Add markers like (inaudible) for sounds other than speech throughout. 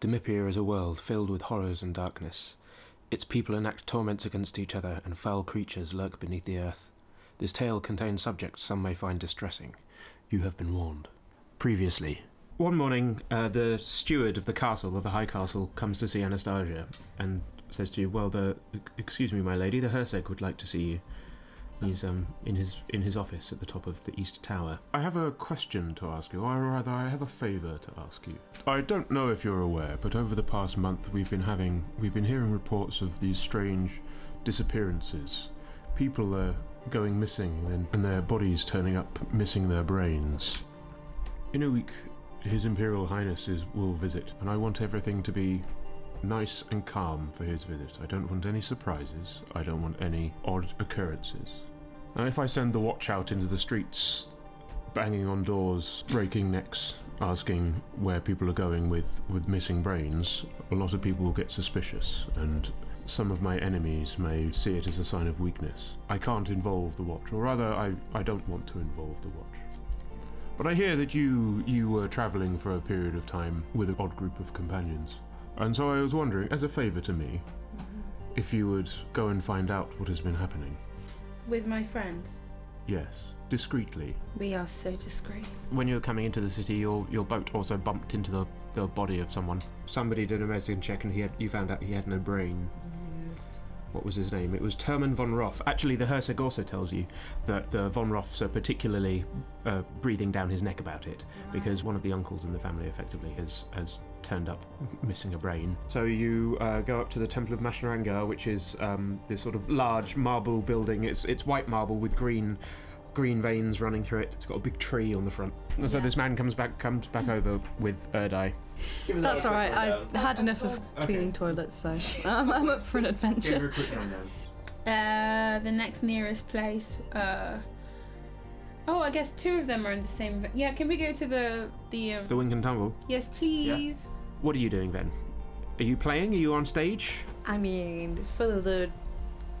Demipia is a world filled with horrors and darkness. Its people enact torments against each other, and foul creatures lurk beneath the earth. This tale contains subjects some may find distressing. You have been warned. Previously. One morning, uh, the steward of the castle, of the High Castle, comes to see Anastasia and says to you, Well, the. Excuse me, my lady, the Herceg would like to see you. He's um, in his in his office at the top of the east tower. I have a question to ask you, or rather, I have a favour to ask you. I don't know if you're aware, but over the past month we've been having we've been hearing reports of these strange disappearances. People are going missing and, and their bodies turning up missing their brains. In a week, His Imperial Highness is, will visit, and I want everything to be nice and calm for his visit. I don't want any surprises. I don't want any odd occurrences. And if I send the watch out into the streets, banging on doors, breaking necks, asking where people are going with, with missing brains, a lot of people will get suspicious, and some of my enemies may see it as a sign of weakness. I can't involve the watch, or rather, I, I don't want to involve the watch. But I hear that you you were travelling for a period of time with an odd group of companions, and so I was wondering, as a favour to me, if you would go and find out what has been happening. With my friends. Yes, discreetly. We are so discreet. when you were coming into the city, your your boat also bumped into the, the body of someone. Somebody did a medicine check, and he had, you found out he had no brain. What was his name? It was Terman von Roth. Actually, the Herzog also tells you that the von Roths are particularly uh, breathing down his neck about it because one of the uncles in the family effectively has has turned up missing a brain. So you uh, go up to the Temple of Mashnaranga, which is um, this sort of large marble building. It's it's white marble with green green veins running through it. It's got a big tree on the front. And so Yeah. this man comes back comes back over with Erdai. That's all right. I had enough of cleaning (laughs) (laughs) toilets, so I'm, I'm up for an adventure. a quick rundown. Uh, the next nearest place. Uh, oh, I guess two of them are in the same. ve- Yeah, can we go to the the? Um, The wink and tumble. yes, please. What are you doing then? Are you playing? Are you on stage? I mean, for the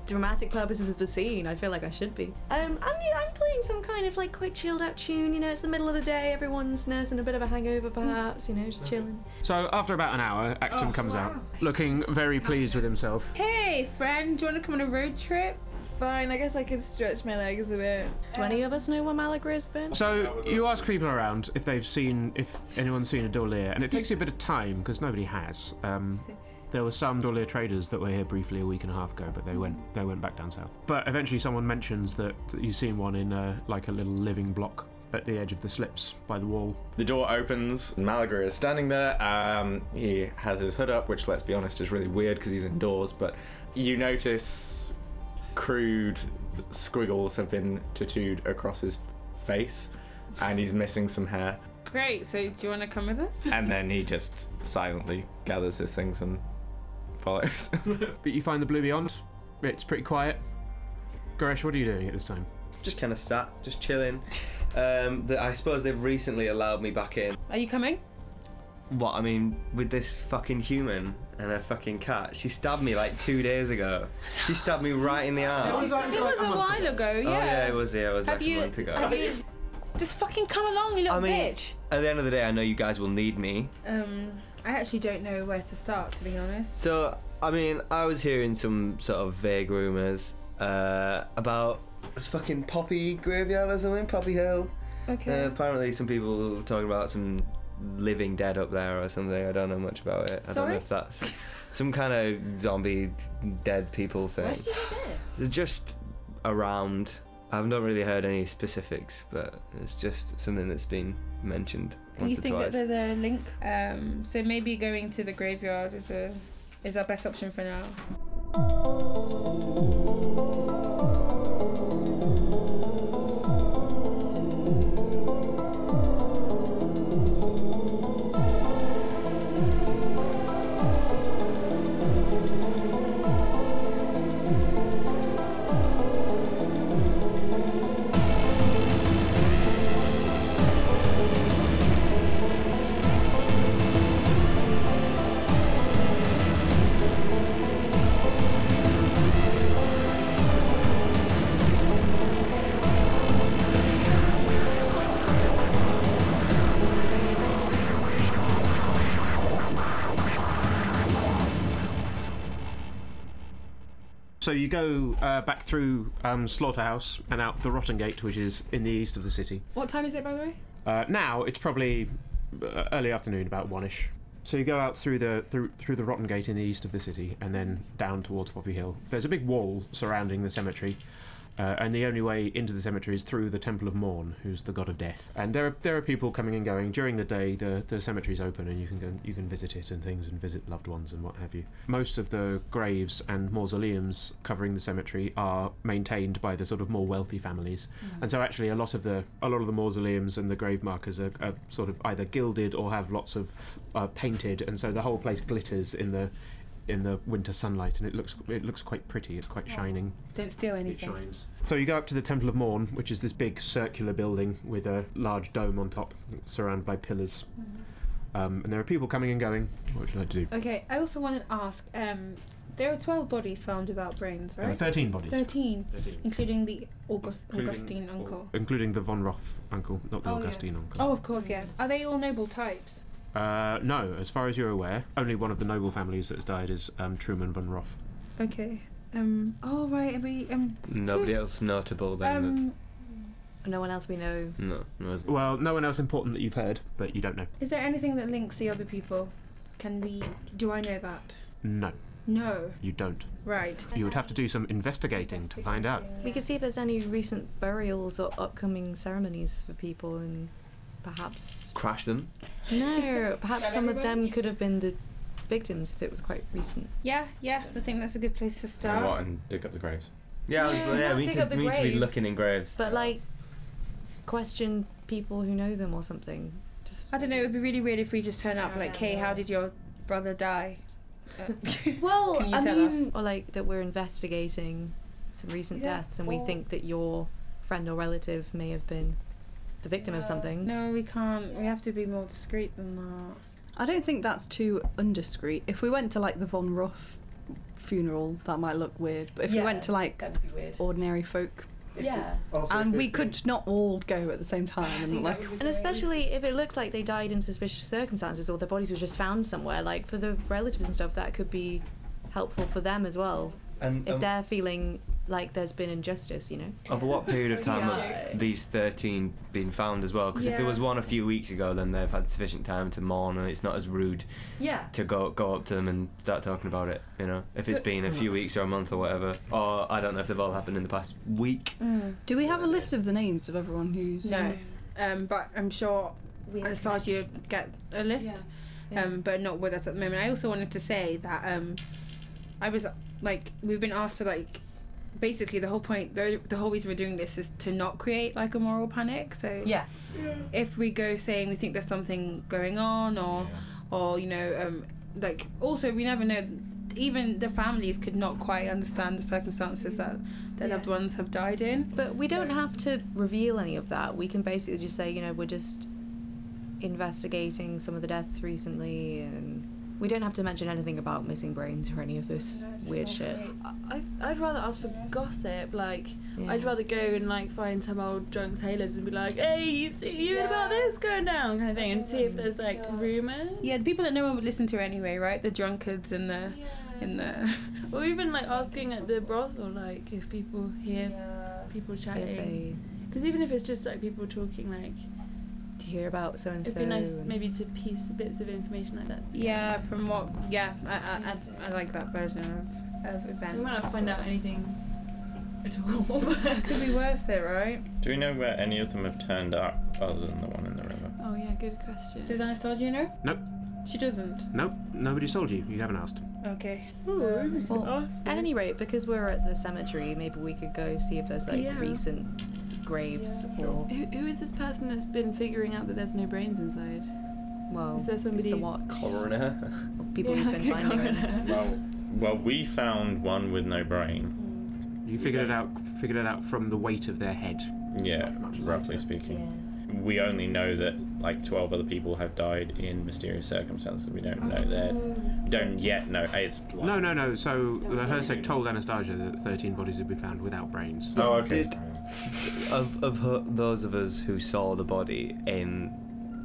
dramatic purposes of the scene, I feel like I should be. Um, I'm, I'm playing some kind of like quick chilled out tune. You know, it's the middle of the day. Everyone's nursing a bit of a hangover, perhaps. You know, just chilling. So after about an hour, Acton Oh, comes wow. out looking very pleased with himself. Hey, friend, do you want to come on a road trip? Fine, I guess I could stretch my legs a bit. Do any of us know where Malagra has been? So you ask people around if they've seen if anyone's seen a Dorlier, and it takes you a bit of time because nobody has. Um, there were some Dorlier traders that were here briefly a week and a half ago, but they went they went back down south. But eventually, someone mentions that you've seen one in a, like a little living block at the edge of the slips by the wall. The door opens. Malaga is standing there. Um, he has his hood up, which, let's be honest, is really weird because he's indoors. But you notice crude squiggles have been tattooed across his face, and he's missing some hair. Great. So, do you want to come with us? And then he just silently gathers his things and follows. (laughs) But you find the blue beyond. It's pretty quiet. Goresh, what are you doing at this time? Just kind of sat, just (laughs) chilling. Um, that I suppose they've recently allowed me back in. (laughs) Are you coming? What I mean, with this fucking human and her fucking cat, she stabbed me like two days ago. (laughs) She stabbed me right in the arm. was like- it was a while ago. Yeah. Oh yeah, it was yeah, it was Have like you? a month ago. have you- Just fucking come along, you little I mean- bitch. At the end of the day, I know you guys will need me. Um, I actually don't know where to start, to be honest. So, I mean, I was hearing some sort of vague rumours uh, about this fucking Poppy graveyard or something, Poppy Hill. Okay. Uh, apparently, some people were talking about some living dead up there or something. I don't know much about it. I don't Sorry? know if that's some kind of zombie dead people thing. did you do this? It's just around. I've not really heard any specifics, but it's just something that's been mentioned once you or think twice. that there's a link? Um, so maybe going to the graveyard is a is our best option for now. So you go uh, back through um, Slaughterhouse and out the Rotten Gate, which is in the east of the city. What time is it, by the way? Uh, now it's probably uh, early afternoon, about one-ish. So you go out through the through, through the Rotten Gate in the east of the city, and then down towards Poppy Hill. There's a big wall surrounding the cemetery, uh, and the only way into the cemetery is through the Temple of Morn, who's the god of death. And there are there are people coming and going during the day. the The cemetery's open, and you can go you can visit it and things, and visit loved ones and what have you. Most of the graves and mausoleums covering the cemetery are maintained by the sort of more wealthy families, and so actually a lot of the a lot of the mausoleums and the grave markers are, are sort of either gilded or have lots of uh, painted, and so the whole place glitters in the in the winter sunlight, and it looks it looks quite pretty. It's quite shining. Don't steal anything. shines. So you go up to the Temple of Morn, which is this big circular building with a large dome on top, surrounded by pillars. Mm-hmm. Um, and there are people coming and going. What would you like to do? Okay, I also want to ask. Um, there are twelve bodies found without brains, There are right? 13 bodies, Thirteen, 13. including the August- Including Augustine all- uncle. including the von Roth uncle, not the Oh, yeah. Augustine uncle. Oh, of course, yeah. Are they all noble types? Uh, no, as far as you're aware, only one of the noble families that has died is um, Truman von Roth. Okay. Um. Oh right. I mean, um. hmm. Nobody else notable then. Um. No one else we know. no, no. Well, no one else important that you've heard, but you don't know. Is there anything that links the other people? Can we? Do I know that? No, No. you don't. Right. You would have to do some investigating to find out. We could see if there's any recent burials or upcoming ceremonies for people, and perhaps Crash them. (laughs) no, perhaps Shall some of everybody? them could have been the victims if it was quite recent. Yeah, yeah. I think that's a good place to And what? start. And dig up the graves. Yeah, I was, Yeah, yeah. not We need, dig to, up the we need to be graves. looking in graves. But like, question people who know them or something. Just I don't know. It would be really weird if we just turn up like, "Hey, how did your brother (laughs) die?" Uh, Well, Can you I tell mean, or like that we're investigating some recent Yeah, deaths, and we or- think that your friend or relative may have been the victim of something. Uh, no, we can't. Um, We have to be more discreet than that. I don't think that's too undiscreet. If we went to like the Von Roth funeral, that might look weird. But if we Yeah, went to like that'd be weird. ordinary folk, Yeah, and we could not all go at the same time, (laughs) and like and especially if it looks like they died in suspicious circumstances, or their bodies were just found somewhere. Like for the relatives and stuff, that could be helpful for them as well And if um, they're feeling like there's been injustice. You know. over what period (laughs) of time Yeah. have these thirteen been found as well? Because if there Yeah. was one a few weeks ago, then they've had sufficient time to mourn, and it's not as rude Yeah. to go go up to them and start talking about it. You know, if it's been a few weeks or a month or whatever, or I don't know if they've all happened in the past week. Mm. Do we have a list of the names of everyone who's? No, um, but I'm sure We as Sarge get a list, Yeah. Um, but not with us at the moment. I also wanted to say that um, I was like, we've been asked to like, basically the whole point, the, the whole reason we're doing this is to not create like a moral panic. So Yeah. if we go saying we think there's something going on or or you know um like also we never know even the families could not quite understand the circumstances that their Yeah. loved ones have died in But we don't have to reveal any of that. We can basically just say, you know, we're just investigating some of the deaths recently, and we don't have to mention anything about missing brains or any of this weird shit. I, I'd rather ask for gossip. Like, Yeah. I'd rather go and like find some old drunk sailors and be like, "Hey, you see, you heard about Yeah. this going down?" kind of thing, and see if there's like rumors. yeah the people that no one would listen to anyway right the drunkards and the and the Or even like asking at the brothel, like if people (laughs) hear people chatting. PSA. Because even if it's just like people talking, like To hear about so and so. it'd be nice maybe to piece bits of information like that. yeah from what yeah i i, I, I like that version of of We events might not find out anything at all. could be worth it right Do we know where any of them have turned up other than the one in the river? oh yeah, good question. does anastasia know Nope. she doesn't Nope, nobody's told you. You haven't asked. okay Ooh, Well, ask At them. any rate, because we're at the cemetery, maybe we could go see if there's like Yeah. recent graves or Who, who is this person that's been figuring out that there's no brains inside? well, Is there it's the somebody- watch (laughs) Coroner. (laughs) or people who've been finding them. Well, well, we found one with no brain. You figured it out. Figured it out from the weight of their head. Yeah, roughly speaking. We only know that like 12 other people have died in mysterious circumstances. We don't know that. Oh. We don't yet know. It's (laughs) No, no, no. So the Hersek told Anastasia that 13 bodies had been found without brains. Oh, okay. Did- of of her, those of us who saw the body in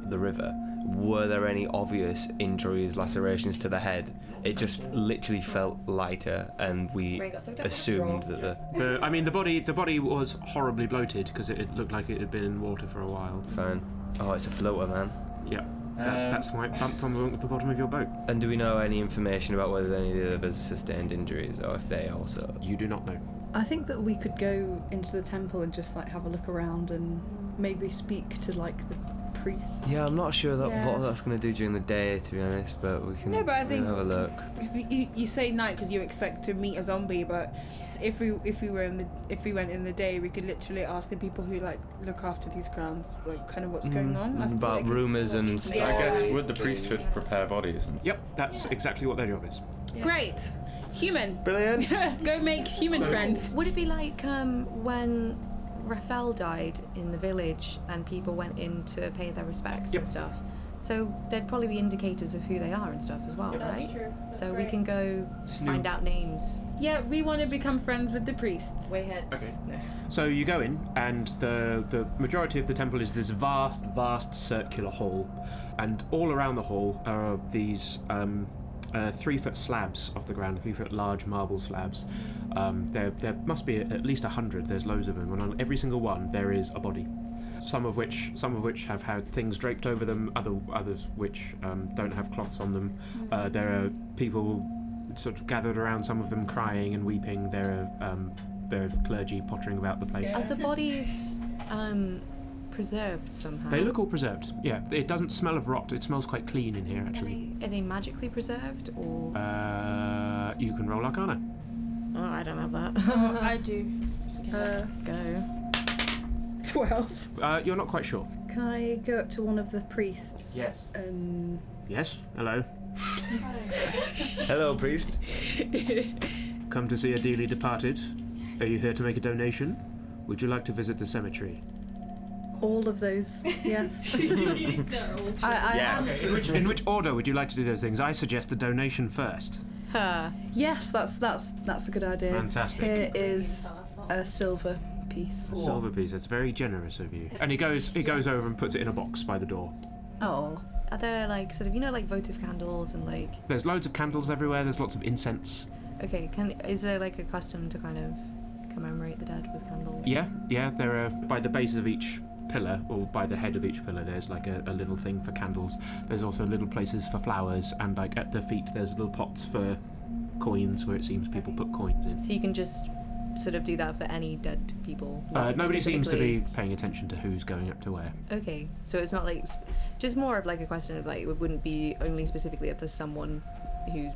the river, were there any obvious injuries, lacerations to the head. It just literally felt lighter, and we Ray got sucked up by a assumed that the The, I mean, the body the body was horribly bloated because it, it looked like it had been in water for a while. fine. Oh, it's a floater, man. Yeah, that's Um, that's why it bumped on the, the bottom of your boat. And do we know any information about whether any of the others sustained injuries or if they also? You do not know. I think that we could go into the temple and just like have a look around and Mm. maybe speak to like the priest. Yeah, I'm not sure that Yeah. what that's going to do during the day, to be honest. But we can No, but I we can think- have a look. If you, you, you say night because you expect to meet a zombie, but if we if we were in the if we went in the day, we could literally ask the people who like look after these grounds, like kind of what's going on. Mm-hmm. I feel About like- rumours and stuff. I Yeah. guess would the priesthood prepare bodies? And Yep, that's exactly what their job is. Great, human. Brilliant. (laughs) Go make human friends. Would it be like um, when Raphael died in the village and people went in to pay their respects Yep. and stuff? So there'd probably be indicators of who they are and stuff as well, right? true. so we can go find out names. Yeah, we want to become friends with the priests. heads. So you go in, and the the majority of the temple is this vast, vast circular hall, and all around the hall are these um, uh, three foot slabs off the ground, three foot large marble slabs. Um, there there must be at least a hundred. There's loads of them, and on every single one there is a body. Some of which some of which have had things draped over them, other others which um, don't have cloths on them. Uh, there are people sort of gathered around, some of them crying and weeping. There are um, there are clergy pottering about the place. Are the bodies um, preserved somehow? They look all preserved. Yeah, it doesn't smell of rot. It smells quite clean in here, Are actually. they, are they magically preserved or? Uh, you can roll Arcana. oh, I don't have that. (laughs) I do. Uh, go. Twelve. Uh, you're not quite sure. Can I go up to one of the priests? Yes. And Yes. Hello. Hello, priest. Come to see a dearly departed. Are you here to make a donation? Would you like to visit the cemetery? all of those. Yes. (laughs) I, I Yes. In which, in which order would you like to do those things? I suggest the donation first. Huh. am- yes, that's that's that's a good idea. Fantastic. Here is a silver piece. Silver piece. That's very generous of you. And he goes. He goes over and puts it in a box by the door. Oh. Are there like sort of you know like votive candles and like There's loads of candles everywhere. There's lots of incense. okay can is there like a custom to kind of commemorate the dead with candles? Yeah, yeah. There are by the base of each pillar, or by the head of each pillar, there's like a, a little thing for candles. There's also little places for flowers, and like at the feet, there's little pots for coins, where it seems people put coins in. So you can just sort of do that for any dead people. Uh, not nobody seems to specifically- be paying attention to who's going up to where. Okay, so it's not like sp- just more of like a question of like it wouldn't be only specifically if there's someone who is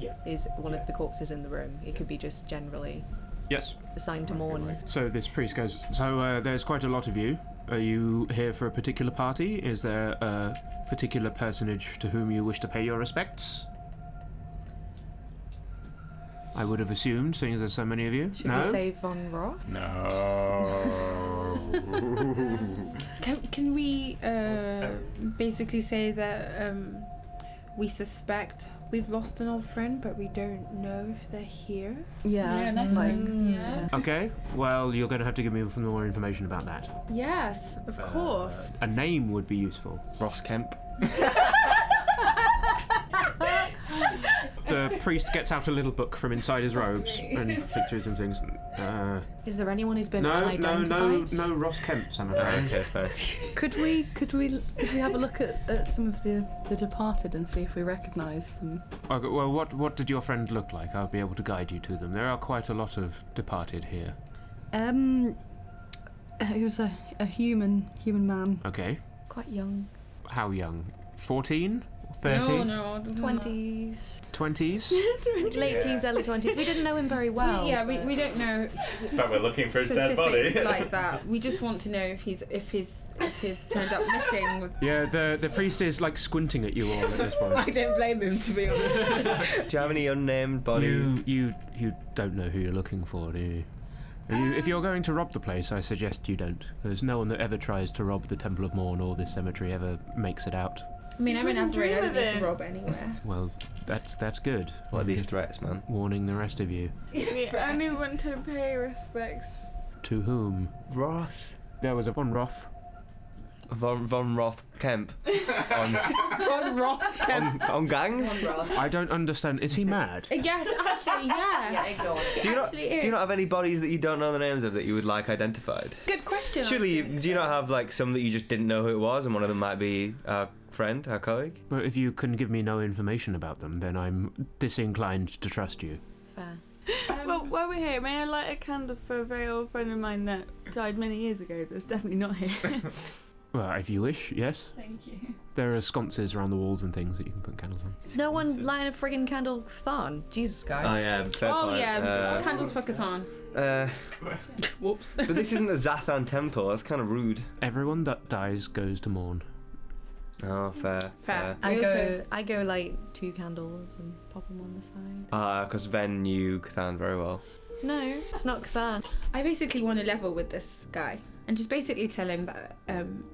Yeah. one of the corpses in the room. It could be just generally Yes. assigned to mourn. (laughs) So this priest goes. So uh, there's quite a lot of you. Are you here for a particular party? Is there a particular personage to whom you wish to pay your respects? I would have assumed, seeing as there's so many of you. Should no? we say von Roth? No. Can, can we uh, basically say that um, we suspect we've lost an old friend, but we don't know if they're here? Yeah. yeah, nice. like- one. yeah. (laughs) Okay, well, you're going to have to give me some more information about that. Yes, of course. A name would be useful. Ross Kemp. The priest gets out a little book from inside his robes and flicks through some things. Uh, Is there anyone who's been no, no, unidentified? no, no, Ross Kemps, I'm afraid. okay, fine. Could we could we could we have a look at, at some of the the departed and see if we recognise them? (laughs) okay, well, what, what did your friend look like? I'll be able to guide you to them. There are quite a lot of departed here. Um, he was a, a human human man. Okay, Quite young. how young? 14? No, 13? no, it doesn't matter. Twenties, (laughs) 20s? late teens, early twenties. We didn't know him very well. (laughs) We- yeah, we, but- we don't know but we're looking for his dead body. specifics (laughs) (laughs) like that. We just want to know if he's if his if he's turned up (laughs) missing. (laughs) With... Yeah, the, the priest is like squinting at you all at this point. (laughs) don't blame him to be honest. Do you have any unnamed bodies? You, you, you don't know who you're looking for, do you? Are you if you're going to rob the place, I suggest you don't. There's no one that ever tries to rob the Temple of Morn or this cemetery ever makes it out. I mean, I'm in Wouldn't Avery. I dream don't need of to it. rob anywhere. Well, that's that's good. What are these threats, man? Warning the rest of you. If anyone to pay respects. To whom? Ross. There was a von Roth. Von, von Roth (laughs) Kemp (laughs) on, Von Ross. on, on gangs? I don't understand. Is he mad? Yes, (laughs) actually, yeah. ignore. It Do you, not, do actually is. you not have any bodies that you don't know the names of that you would like identified? Good question. Surely, you, actually. do you not have like some that you just didn't know who it was, and one of them might be our friend, our colleague? But if you can give me no information about them, then I'm disinclined to trust you. Fair. well, while we're here, may I light a candle for a very old friend of mine that died many years ago? That's definitely not here. Well, if you wish, yes. Thank you. There are sconces around the walls and things that you can put candles on. No one lighting a friggin' candle tharn. Jesus, guys. Oh yeah, fair Oh point. yeah, Uh, candles for Catan. uh, (laughs) Whoops. but this isn't a Zathan temple. That's kind of rude. Everyone that dies goes to mourn. Oh, fair. Fair. I We go, also- I go light two candles and pop them on the side. Ah, because Ven knew Cathan very well. No, it's not Cthulhu. I basically want to level with this guy and just basically tell him that, um,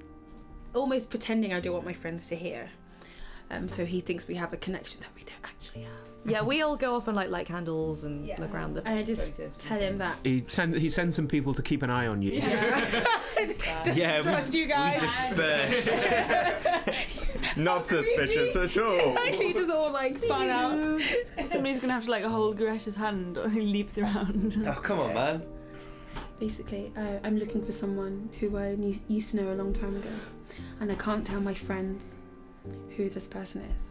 almost pretending I don't want my friends to hear. Um, so he thinks we have a connection that we don't actually have. (laughs) Yeah, we all go off and like light candles and Yeah. look around the. And I just votives and tell him that. He send he sends some people to keep an eye on you. (laughs) Yeah, we, Trust you we guys. dispersed. Not How (laughs) creepy. suspicious (laughs) at all. Exactly, just all like fun out. Somebody's gonna have to like hold Greta's hand (laughs) or he leaps around. Oh, come on, man. Basically, uh, I'm looking for someone who I knew, used to know a long time ago, and I can't tell my friends who this person is.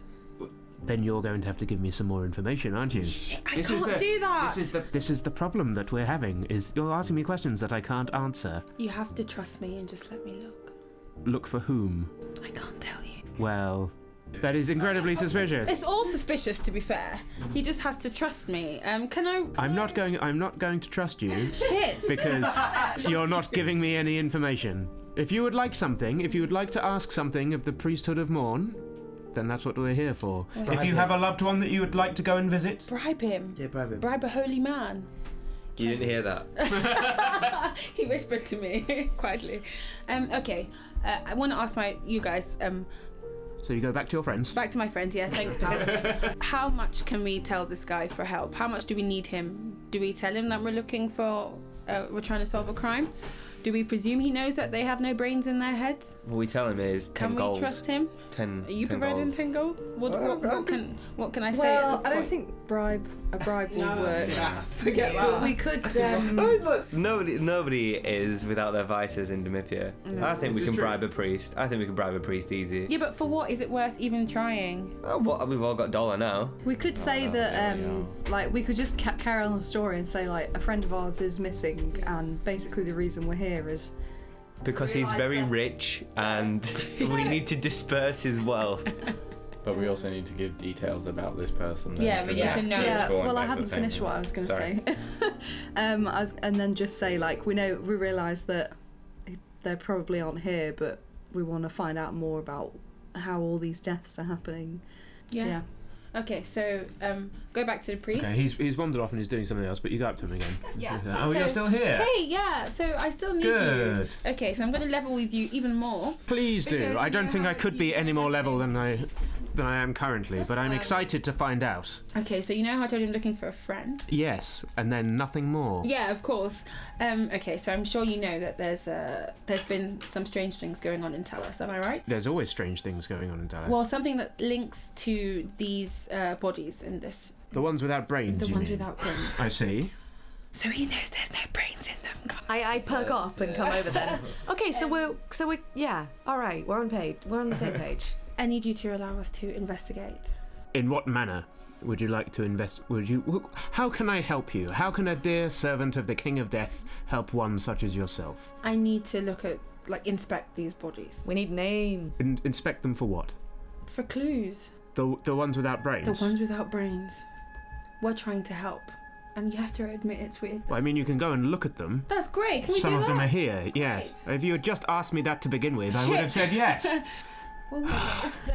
Then you're going to have to give me some more information, aren't you? I This can't is the- do that. the this is the problem that we're having is you're asking me questions that I can't answer. You have to trust me and just let me look. Look for whom? I can't tell you. Well, that is incredibly suspicious. It's all suspicious, to be fair. He just has to trust me. Um, can I? I'm not going I'm not going to trust you (laughs) Shit. because you're not giving me any information. If you would like something, if you would like to ask something of the priesthood of Morn, then that's what we're here for. If you have a loved one that you would like to go and visit, Bribe him. Yeah, bribe him. Bribe a holy man. (laughs) You didn't hear that. he whispered to me (laughs) quietly. Um, okay. Uh, I want to ask my you guys. Um, so you go back to your friends. back to my friends. Yeah, thanks, pal. How much can we tell this guy for help? How much do we need him? Do we tell him that we're looking for? Uh, we're trying to solve a crime. Do we presume he knows that they have no brains in their heads? What we tell him is 10 Can we gold. Hmm, trust him? Ten. Are you 10 providing (laughs) gold. ten gold? What, Uh, what, I what can what can I say? at Well, this I don't point? think bribe a bribe will work. (laughs) Forget But we could. Um, Oh, look, nobody, nobody is without their vices in Demipia. I think we can bribe a priest. I think we can bribe a priest easy. Yeah, but for what is it worth even trying? Oh, what? We've all got dollar now. we could Oh, say that, um, like, we could just ca- carry on the story and say, like, a friend of ours is missing, and basically the reason we're here is Because he's very rich and (laughs) (laughs) we need to disperse his wealth. But we also need to give details about this person. then, Yeah, we 'cause need that to know. could Yeah, fall well, I back to haven't the same finished thing. what I was going to Sorry. say. (laughs) (laughs) um, I was, and then just say like we know we realise that they probably aren't here, but we want to find out more about how all these deaths are happening. Yeah. Okay, so um, go back to the priest. Okay, he's, he's wandered off and he's doing something else, but you go up to him again. Yeah. Oh, you're still So- here. Hey, yeah. So I still need Good. you. Okay, so I'm going to level with you even more. Please Because do. I you don't think I haven't could be used any more level than I than I am currently, but Um, I'm excited to find out. Okay, so you know how I told you I'm looking for a friend. Yes, and then nothing more. Yeah, of course. Um, okay, so I'm sure you know that there's uh, there's been some strange things going on in Talos. Am I right? There's always strange things going on in Dallas. Well, something that links to these uh, bodies in this. the ones without brains, The you ones mean? without brains. I see. So he knows there's no brains in them. guys. I, I perk up and come over then. Okay, Um, so we're so we are yeah. All right, we're on page. We're on the same page. I need you to allow us to investigate. In what manner would you like to invest? Would you? wh- How can I help you? How can a dear servant of the King of Death help one such as yourself? I need to look at, like, inspect these bodies We need names. In- inspect them for what? for clues. The the ones without brains. The ones without brains. We're trying to help, and you have to admit it's weird. Well, I mean, you can go and look at them. That's great. Can we Some do of that? them are here, yes. If you had just asked me that to begin with, I would have said (laughs) yes. (laughs)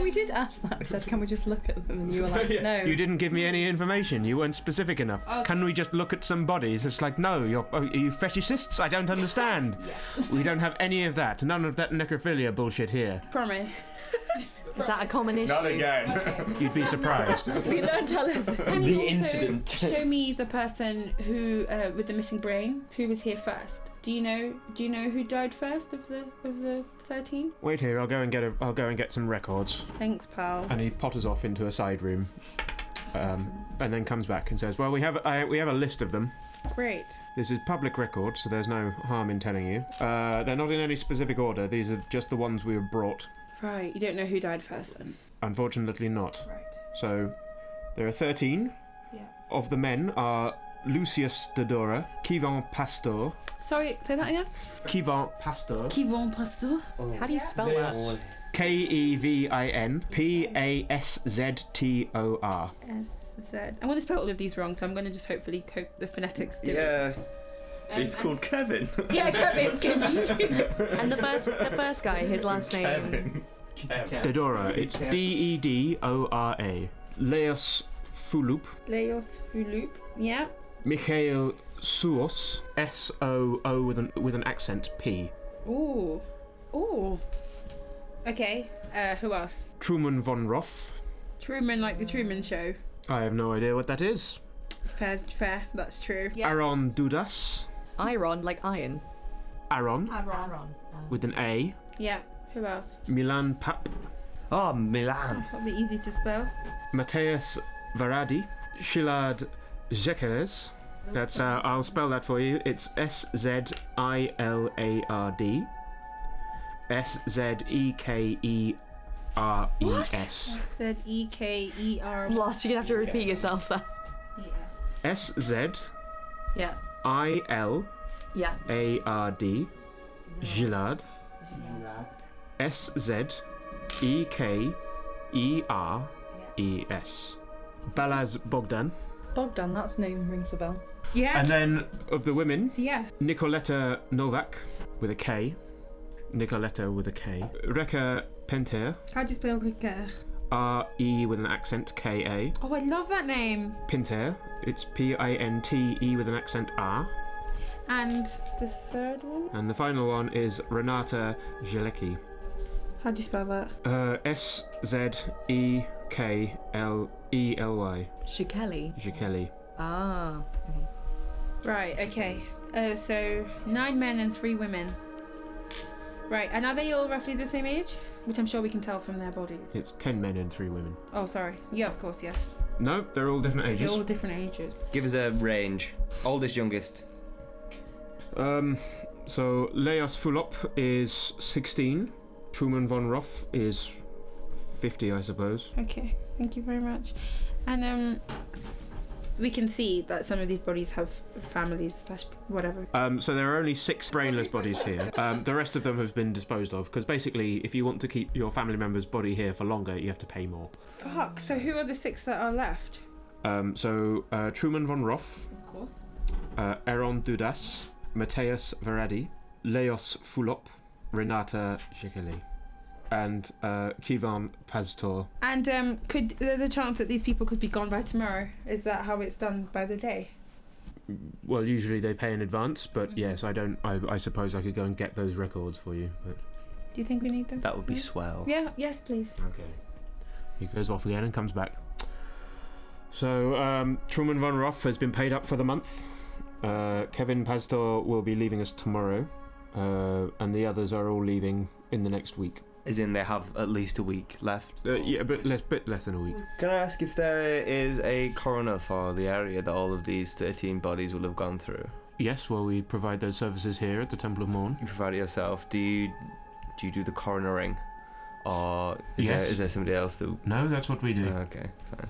We did ask that. We said, can we just look at them? And you (laughs) were like, no. You didn't give me any information. You weren't specific enough. Can we just look at some bodies? It's like, no, you're, oh, are you fetishists? I don't (laughs) understand. We don't have any of that. None of that necrophilia bullshit here. Promise. (laughs) Is that a common issue? Not again. (laughs) You'd be (laughs) surprised. we learned tell us. (laughs) Can you also incident. show me the person who uh, with the missing brain who was here first? Do you know? Do you know who died first of the of the thirteen? Wait here. I'll go and get a. I'll go and get some records. Thanks, pal. And he potters off into a side room, um, and then comes back and says, "Well, we have I, we have a list of them. Great. This is public record, so there's no harm in telling you. Uh, they're not in any specific order. These are just the ones we were brought. Right. You don't know who died first then. Unfortunately, not. Right. So there are 13. Yeah. Of the men are Lucius Dodora, Kivan Pastor, Sorry. Say that again. Kivan Pastor, Qui vont pastor? How do you spell that? K E V I N P A S Z T O R. S Z. I'm gonna spell all of these wrong, so I'm gonna just hopefully hope the phonetics do. it. Yeah. Um, He's and- (laughs) called Kevin. Yeah, Kevin. Kevin. And the first, the first guy, his last name. Kevin. Kevin. Dodora. It's D E D O R A. Leos Fulup, Leos Fulup. Yeah. Mikhail Suos, S O O with an with an accent P. Ooh. Ooh. Okay. Uh, who else? Truman von Roth. Truman, like the Truman Show. I have no idea what that is. Fair, fair. That's true. Yeah. Aaron Dudas. Iron, like iron. Aaron Iron. with an A. Uh, Yeah. Who else? Milan Pap. Oh, Milan. Probably easy to spell. Mateus Varadi, Shilad Zekeres. That's uh, I'll spell that for you. It's S Z I L A R D. S Z E K E R E S. Said E K E R E Lost, you're gonna have to repeat yourself there. S. S Z Yeah. I L Yeah. A R D. Gilad. S Z E K E R E S. Balaz Bogdan. Bogdan, that's name rings a bell. Yeah. And then of the women, yeah. Nicoletta Novak with a K. Nicoletta with a K. Reka Penter, How do you spell Ricard? R E with an accent, K A. Oh, I love that name. Pinter, it's P I N T E with an accent, R. And the third one? And the final one is Renata Zielecki. How do you spell that? Uh, S Z E K L E L Y. Shikeli. Ziekeli. Ah. Okay. Right. Okay. Uh, so nine men and three women. Right. And are they all roughly the same age? Which I'm sure we can tell from their bodies. It's 10 men and 3 women. Oh, sorry. Yeah, of course. Yeah. No, they're all different They're ages. all different ages. Give us a range. Oldest, youngest. Um, so Leos Fulop is 16. Truman von Roth is 50, I suppose. Okay, thank you very much. And um, we can see that some of these bodies have families slash whatever. Um, so there are only six brainless bodies here. Um, the rest of them have been disposed of because basically, if you want to keep your family member's body here for longer, you have to pay more. Fuck. So who are the six that are left? Um, so uh, Truman von Roth, Of course. uh, Aaron Dudas, Mateus Veradi, Leos Fulop, Renata Zicali, and uh, Kivan Pastor. And um, could there's a chance that these people could be gone by tomorrow? Is that how it's done by the day? Well, usually they pay in advance, but Mm-hmm. yes, I don't. I, I suppose I could go and get those records for you. But Do you think we need them? That would be Yeah. swell. Yeah. Yes, please. okay, he goes off again and comes back. So um, Truman von Roth has been paid up for the month. Uh, Kevin Pastor will be leaving us tomorrow, uh, and the others are all leaving in the next week. As in, they have at least a week left. Uh, yeah, a bit less, bit less than a week. Can I ask if there is a coroner for the area that all of these 13 bodies will have gone through? Yes, well, we provide those services here at the Temple of Morn. You provide it yourself. Do you do you do the coronering, or is, there, Yes. is there somebody else that? No, that's what we do. Oh, okay, fine.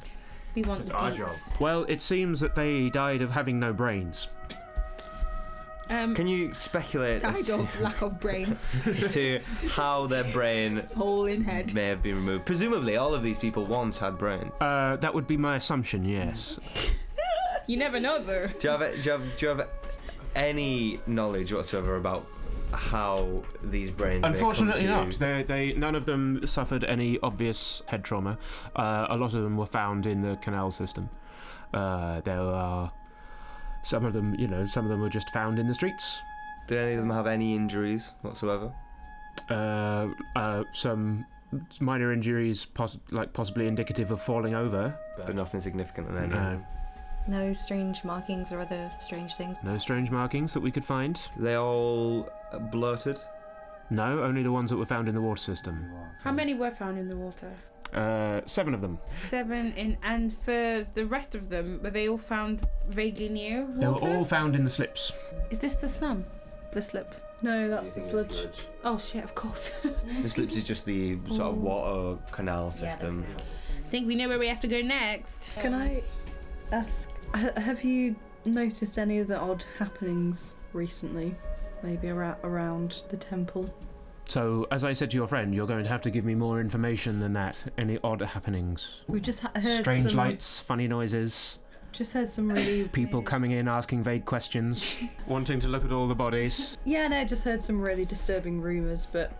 We want It's the our deets. well, it seems that they died of having no brains. Um, Can you speculate as died (laughs) to, of lack of brain, (laughs) as to how their brain hole in head. may have been removed? Presumably, all of these people once had brains. Uh, that would be my assumption. Yes. You never know though. Do you have do you have, do you have any knowledge whatsoever about how these brains? may come Unfortunately to you? not. They, they, none of them suffered any obvious head trauma. Uh, a lot of them were found in the canal system. Uh, there are some of them, you know, some of them were just found in the streets. Did any of them have any injuries whatsoever? Uh, uh, some minor injuries, poss- like possibly indicative of falling over. But nothing significant. And then No. No strange markings or other strange things. No strange markings that we could find. They all uh, blurted. No, only the ones that were found in the water system. How many were found in the water? Uh, seven of them. Seven in, and for the rest of them, were they all found vaguely near water? They were all found in the slips. Is this the slum? The slips? No, that's the sludge. Oh shit! Of course. The slips (laughs) is just the sort of water canal system. think we know where we have to go next. Can I ask? h- Have you noticed any of the odd happenings recently? Maybe ara- around the temple. So, as I said to your friend, you're going to have to give me more information than that. Any odd happenings? We've just ha- heard Strange some, lights, funny noises, Just heard some (coughs) really people coming in asking vague questions, wanting to look at all the bodies. Yeah, no, just heard some really disturbing rumours, but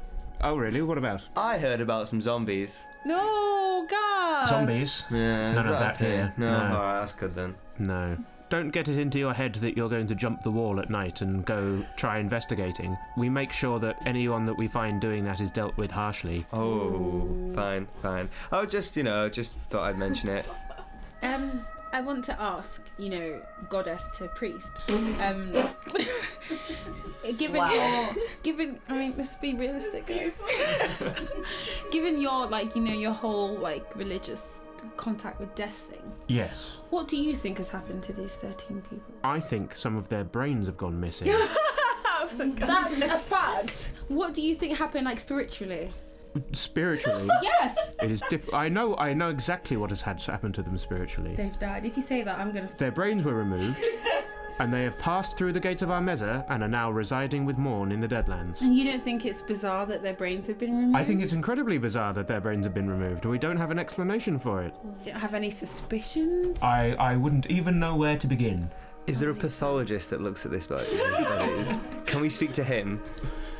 Oh, really? What about I heard about some zombies. No, Uh, God. zombies? Yeah, None is of that up here. here. No, No. alright, that's good then. No. Don't get it into your head that you're going to jump the wall at night and go try investigating. We make sure that anyone that we find doing that is dealt with harshly. Oh, fine, fine. Oh, just you know, just thought I'd mention it. Um, I want to ask, you know, goddess to priest. Um, given your, given, I mean, let's be realistic, guys. (laughs) given your, like, you know, your whole like religious contact with death thing, Yes. what do you think has happened to these thirteen people? I think some of their brains have gone missing. (laughs) That's (laughs) a fact. What do you think happened, like, spiritually? spiritually, Yes, it is diff- I know I know exactly what has had happened to them spiritually. they've died. If you say that, I'm gonna. Their brains were removed, and they have passed through the gates of our mezza and are now residing with Morn in the Deadlands. And you don't think it's bizarre that their brains have been removed? I think it's incredibly bizarre that their brains have been removed. We don't have an explanation for it. You don't have any suspicions? I, I wouldn't even know where to begin. Is there a pathologist that looks at this (laughs) body? Can we speak to him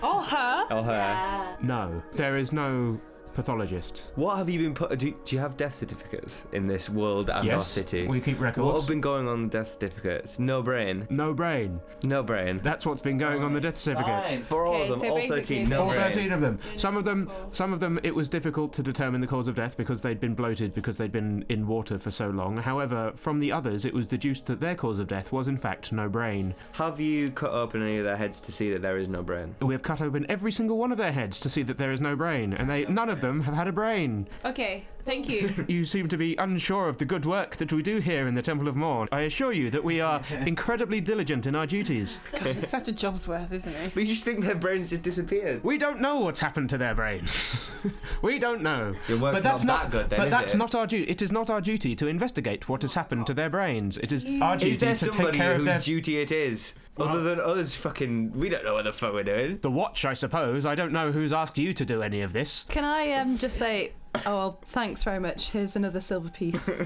Or Oh, her? or her? No, there is no pathologist. What have you been put? Do, do you have death certificates in this world and our city? we keep what records. have been going on the death certificates? No brain. No brain. No brain. That's what's been going on the death certificates. For all Okay, of them, so all basically 13, no All brain. 13 of them. Some of them, some of them, it was difficult to determine the cause of death because they'd been bloated because they'd been in water for so long. However, from the others, it was deduced that their cause of death was in fact no brain. Have you cut open any of their heads to see that there is no brain? We have cut open every single one of their heads to see that there is no brain, and they none of them have had a brain. Okay, thank (laughs) you. (laughs) You seem to be unsure of the good work that we do here in the Temple of Morn. I assure you that we (laughs) are incredibly diligent in our duties. it's such a job's worth, isn't it? But you just think their brains just disappeared. We don't know what's happened to their brains. we don't know. Your work's but that's not that good then, But is that's it? not our duty. It is not our duty to investigate what has happened to their brains. It is our duty Is there to take somebody care whose of their. duty it is? Other than us, fucking, we don't know what the fuck we're doing. the watch, I suppose. I don't know who's asked you to do any of this. can I um, just say, oh, well, thanks very much. Here's another (laughs) silver piece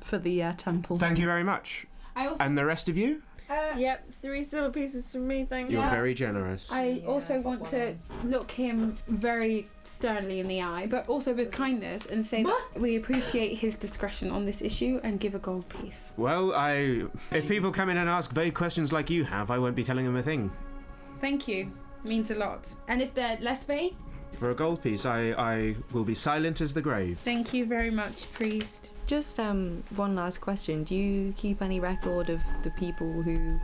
for the uh, temple. Thank you very much. I also, And the rest of you? uh, Yep, three silver pieces from me, thank you. Yeah. very generous. I also want to look him very sternly in the eye, but also with kindness, and say that we appreciate his discretion on this issue and give a gold piece. Well, I. If people come in and ask vague questions like you have, I won't be telling them a thing. Thank you. Means a lot. And if they're less vague, For a gold piece, I, I will be silent as the grave. thank you very much, priest. Just um, one last question. Do you keep any record of the people who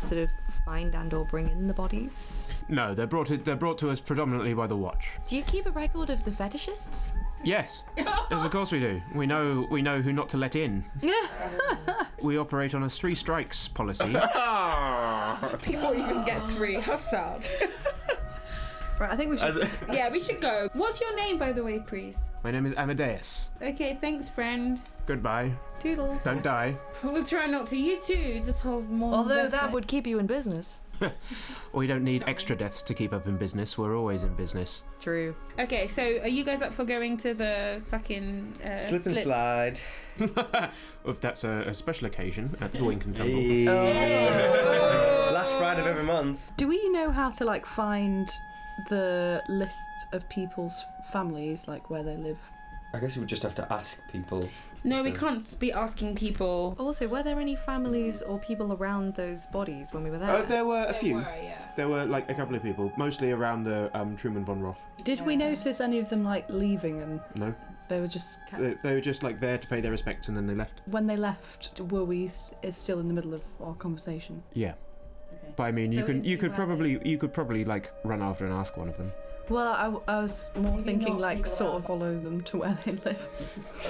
sort of find and or bring in the bodies? No, they're brought, they're brought to us predominantly by the watch. Do you keep a record of the (laughs) fetishists? Yes, yes, of course we do. We know we know who not to let in. we operate on a three strikes policy. (laughs) People even get three. How (laughs) sad. Right, I think we should. (laughs) yeah, we should go. What's your name, by the way, priest? My name is Amadeus. Okay, thanks, friend. Goodbye. Toodles. Don't die. (laughs) We'll try not to. You too. This whole morning. Although that would keep you in business. We don't need extra deaths to keep up in business. We're always in business. True. Okay, so are you guys up for going to the fucking uh, (laughs) slips? slide. if that's a, a special occasion at the Winkin Temple. Oh. Last Friday of every month. Do we know how to like find the list of people's families, like where they live? I guess we would just have to ask people. No, we can't be asking people. Also, were there any families or people around those bodies when we were there? Uh, there were a few. (laughs) yeah. There were like a couple of people, mostly around the um, Truman von Roth. Did we notice any of them like leaving and No, They were just They, kept. they were just like there to pay their respects and then they left. When they left, were we s- is still in the middle of our conversation? Yeah. Okay. But I mean, you So can it's you could where probably you could probably like run after and ask one of them. Well, I, w- I was more Maybe thinking not like legal sort out. of follow them to where they live,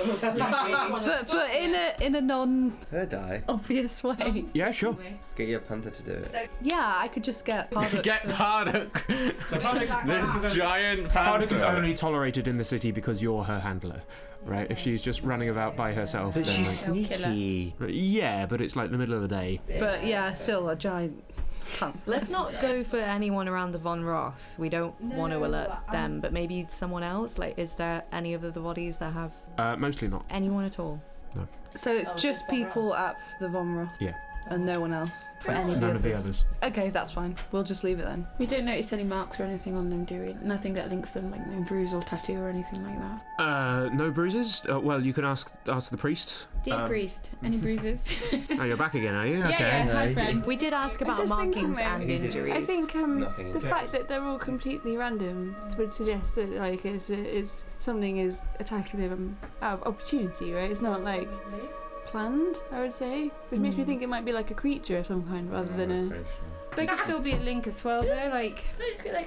Wanna but stop but in it? a in a non Her die. obvious way. Yeah, sure. Anyway. (laughs) Get your panther to do it. Yeah, I could just get Hardock Get to- Parduk! this giant Parduk is panther. only tolerated in the city because you're her handler, right? If she's just running about by herself, but then, she's Serial killer. sneaky. like- yeah, but it's like the middle of the day. But yeah, still a giant. Let's not go for anyone around the Von Roth. We don't No, want to alert I'm- them, but maybe someone else. Like, is there any of the bodies that have Uh, mostly not. anyone at all? So it's Oh, just just Von people at the Von Roth. Yeah. And no one else for any of the None of the others. others. Okay, that's fine. We'll just leave it then. We don't notice any marks or anything on them, do we? Nothing that links them, like no bruise or tattoo or anything like that. Uh, no bruises. Uh, well, you can ask ask the priest. Dear Um, priest, (laughs) (laughs) any bruises? Oh, you're back again, are you? (laughs) Yeah, okay. yeah, hi no. friend. We did ask I was about just thinking markings maybe- and He did. injuries. I think um, Nothing the is- fact that they're all completely random would suggest that like it's, it's something is attacking them out of opportunity, right? It's not like planned, I would say, which makes me Mm. think it might be like a creature of some kind rather than a. There could still be a link as well, though. Like,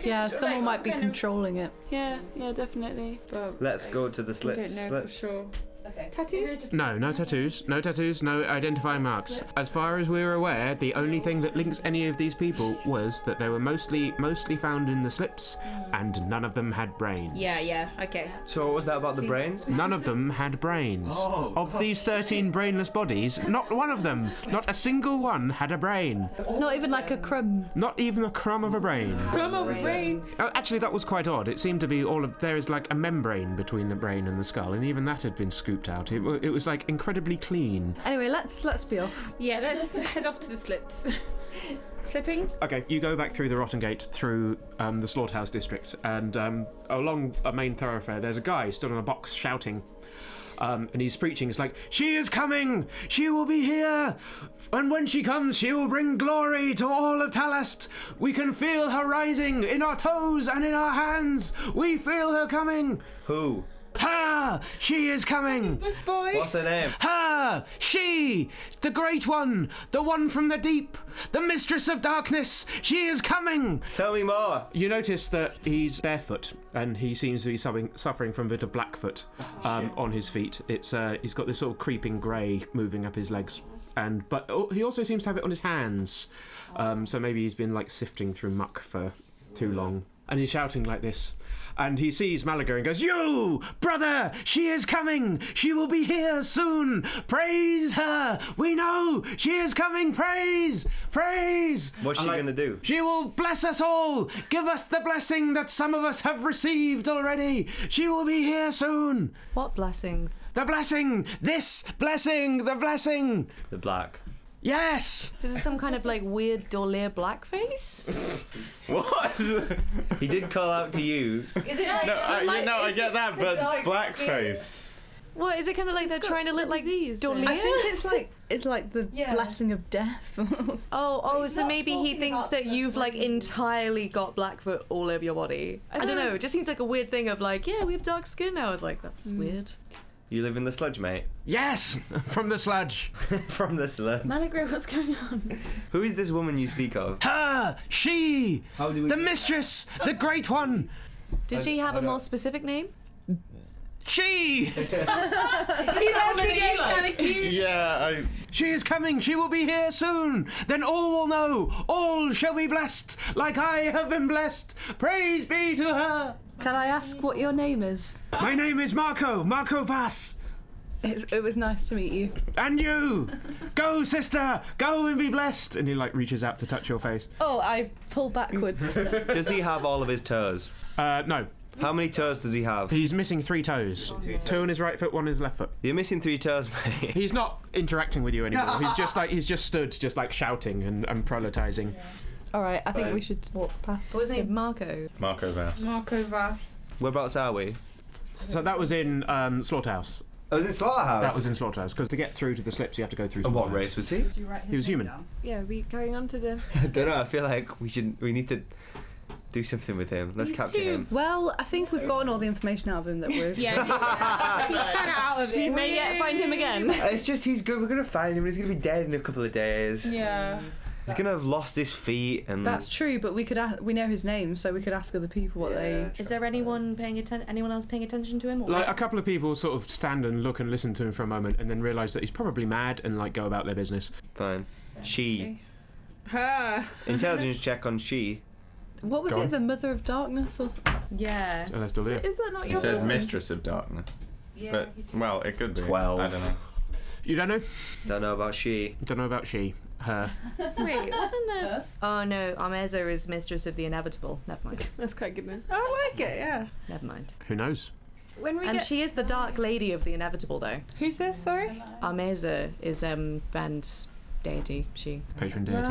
yeah, someone might be controlling it. Yeah, yeah, definitely. but Let's go to the we slips. don't know for Let's- sure. Okay. Tattoos? No, no tattoos, no tattoos, no identifying marks. As far as we're aware, the only thing that links any of these people was that they were mostly mostly found in the slips, Hmm. and none of them had brains. Yeah, yeah. Okay. So what was that about the brains? None of them had brains. Oh. of these 13 brainless bodies, not one of them, not a single one had a brain. Not even like a crumb. Not even a crumb of a brain. Crumb over brains. Oh, actually, that was quite odd. It seemed to be all of there is like a membrane between the brain and the skull, and even that had been scooped out. It, wa- it was like incredibly clean. Anyway, let's let's be off. Yeah, let's (laughs) head off to the slips. (laughs) Slipping? Okay, you go back through the Rotten Gate through um, the slaughterhouse district, and um, along a main thoroughfare, there's a guy stood on a box shouting. Um, and he's preaching. It's like, She is coming! She will be here! And when she comes, she will bring glory to all of Talast! We can feel her rising in our toes and in our hands! We feel her coming! Who? Her! She is coming! Bush boy. What's her name? Her, she, the great one, the one from the deep, the mistress of darkness, she is coming. Tell me more. You notice that he's barefoot and he seems to be suffering, suffering from a bit of blackfoot Oh, um, on his feet. It's uh, he's got this sort of creeping grey moving up his legs, and but oh, he also seems to have it on his hands. Um, so maybe he's been like sifting through muck for too long. And he's shouting like this. And he sees Malaga and goes, You, brother, she is coming. She will be here soon. Praise her. We know she is coming. Praise, praise. What's And, she like, gonna do? She will bless us all. Give us the blessing that some of us have received already. She will be here soon. What blessing? The blessing. This blessing. The blessing. The black. Yes. Is it some kind of like weird Dorlear blackface? (laughs) What? He did call out to you. Is it like, no, I, like, no, I is get it that, but dark blackface. What is it kind of like they're trying to look like disease, though. Dorlear? I think it's like (laughs) it's like the Yeah. blessing of death. (laughs) Oh, oh, he's so not maybe he talking thinks about that the you've like brain. entirely got Blackfoot all over your body. I, I don't thought it know. was- It just seems like a weird thing of like, yeah, we have dark skin now. I was like, that's Mm. weird. You live in the sludge, mate. Yes. From the sludge. (laughs) From the sludge. Malagro, what's going on? Who is this woman you speak of? Her. She. How do The mistress. The great one. Did she have a more specific name? (laughs) She. He's actually getting kind of cute. Yeah, I. She is coming. She will be here soon. Then all will know. All shall be blessed, like I have been blessed. Praise be to her. Can I ask what your name is? My name is Marco. Marco Pass. It's, it was nice to meet you. And you! Go, sister! Go (laughs) and be blessed! And he like reaches out to touch your face. Oh, I pull (laughs) backwards. Does he have all of his toes? Uh, no. How many toes does he have? He's missing three toes. Two on his right foot, one on his left foot. You're missing three toes, mate. He's not interacting with you anymore. he's just like he's just stood, just like shouting and, and proletizing. (laughs) All right, I think Fine. we should walk past. What was his name? Marco. Marco Vass. Marco Vass. Whereabouts are we? So that was in um, slaughterhouse. I Oh, was in slaughterhouse. That was in slaughterhouse because to get through to the slips, you have to go through. And what Slaughterhouse. race was he? (laughs) He was human. Yeah, we carrying on to the. I don't know. I feel like we should. We need to Do something with him. Let's He's capture too- him. Well, I think we've gotten all the information out of him that (laughs) we're. Yeah, he's kind of out of it. We may yet find him again. Uh, It's just he's good. We're gonna find him. He's gonna be dead in a couple of days. Yeah. He's gonna have lost his feet (laughs) and. That's true, but we could a we know his name, so we could ask other people (laughs) what they. Is there anyone paying atten- anyone else paying attention to him? Or Like a couple of people sort of stand and look and listen to him for a moment, and then realise that he's probably mad and like go about their business. fine. She Her. (laughs) intelligence check on she. What was Go it? on. The Mother of Darkness or something? Yeah. So that's Delia. Is that not He your said name? mistress of darkness. But well, it could be. Twelve. I don't know. You don't know? Don't know about she. Don't know about she, her. wait, wasn't there? Oh no, Armeza is mistress of the inevitable. Never (laughs) mind. Oh, That's quite good then. I like it. Yeah. (laughs) Never mind. Who knows? When we And get. she is the dark lady of the inevitable, though. Who's this? Sorry. Armeza is um Van's deity. She Patron deity.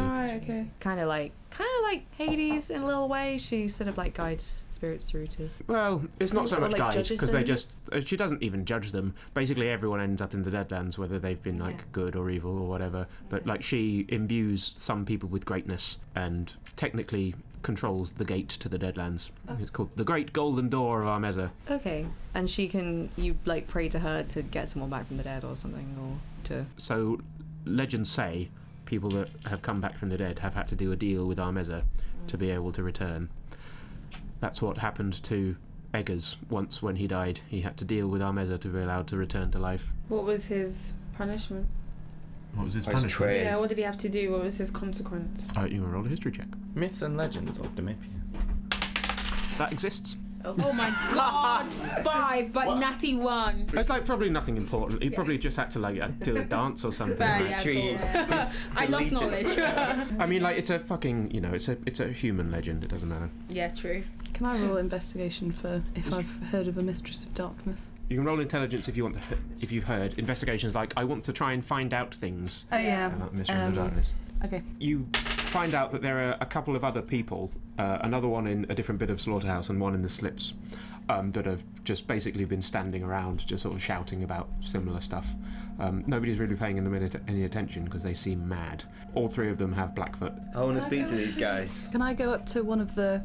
okay. kind of like kind of like Hades in a little way. She sort of like guides spirits through to. Well, it's not so Or, much like, guide judges because they them. just uh, she doesn't even judge them. Basically, everyone ends up in the Deadlands, whether they've been like Yeah. good or evil or whatever. But like she imbues some people with greatness and technically controls the gate to the Deadlands. Oh. It's called the Great Golden Door of Armeza. Okay, and she can you like pray to her to get someone back from the dead or something or to. So legends say people that have come back from the dead have had to do a deal with Armeza to be able to return. That's what happened to Eggers once when he died. He had to deal with Armeza to be allowed to return to life. What was his punishment? What was his I was punishment? trained. Yeah. What did he have to do? What was (laughs) his consequence? Oh, you can roll a history check. Myths and legends of Domipia. That exists. Oh, my God! Five, but natty one. It's like probably nothing important. He probably just had to like uh, do a dance or something. Fair, right? yeah, Tree. (laughs) cool. It's I lost deleted. knowledge. I mean, like it's a fucking you know, it's a it's a human legend. It doesn't matter. yeah, true. Can I roll investigation for if I've heard of a Mistress of Darkness? You can roll intelligence if you want to. he- If you've heard investigations, like I want to try and find out things. Oh yeah. about Mister in um, the Darkness. Okay. You find out that there are a couple of other people, uh, another one in a different bit of slaughterhouse and one in the slips, um, that have just basically been standing around, just sort of shouting about similar stuff. Um, nobody's really paying them any, any attention because they seem mad. All three of them have Blackfoot. I want to speak to these guys. Can I go up to one of the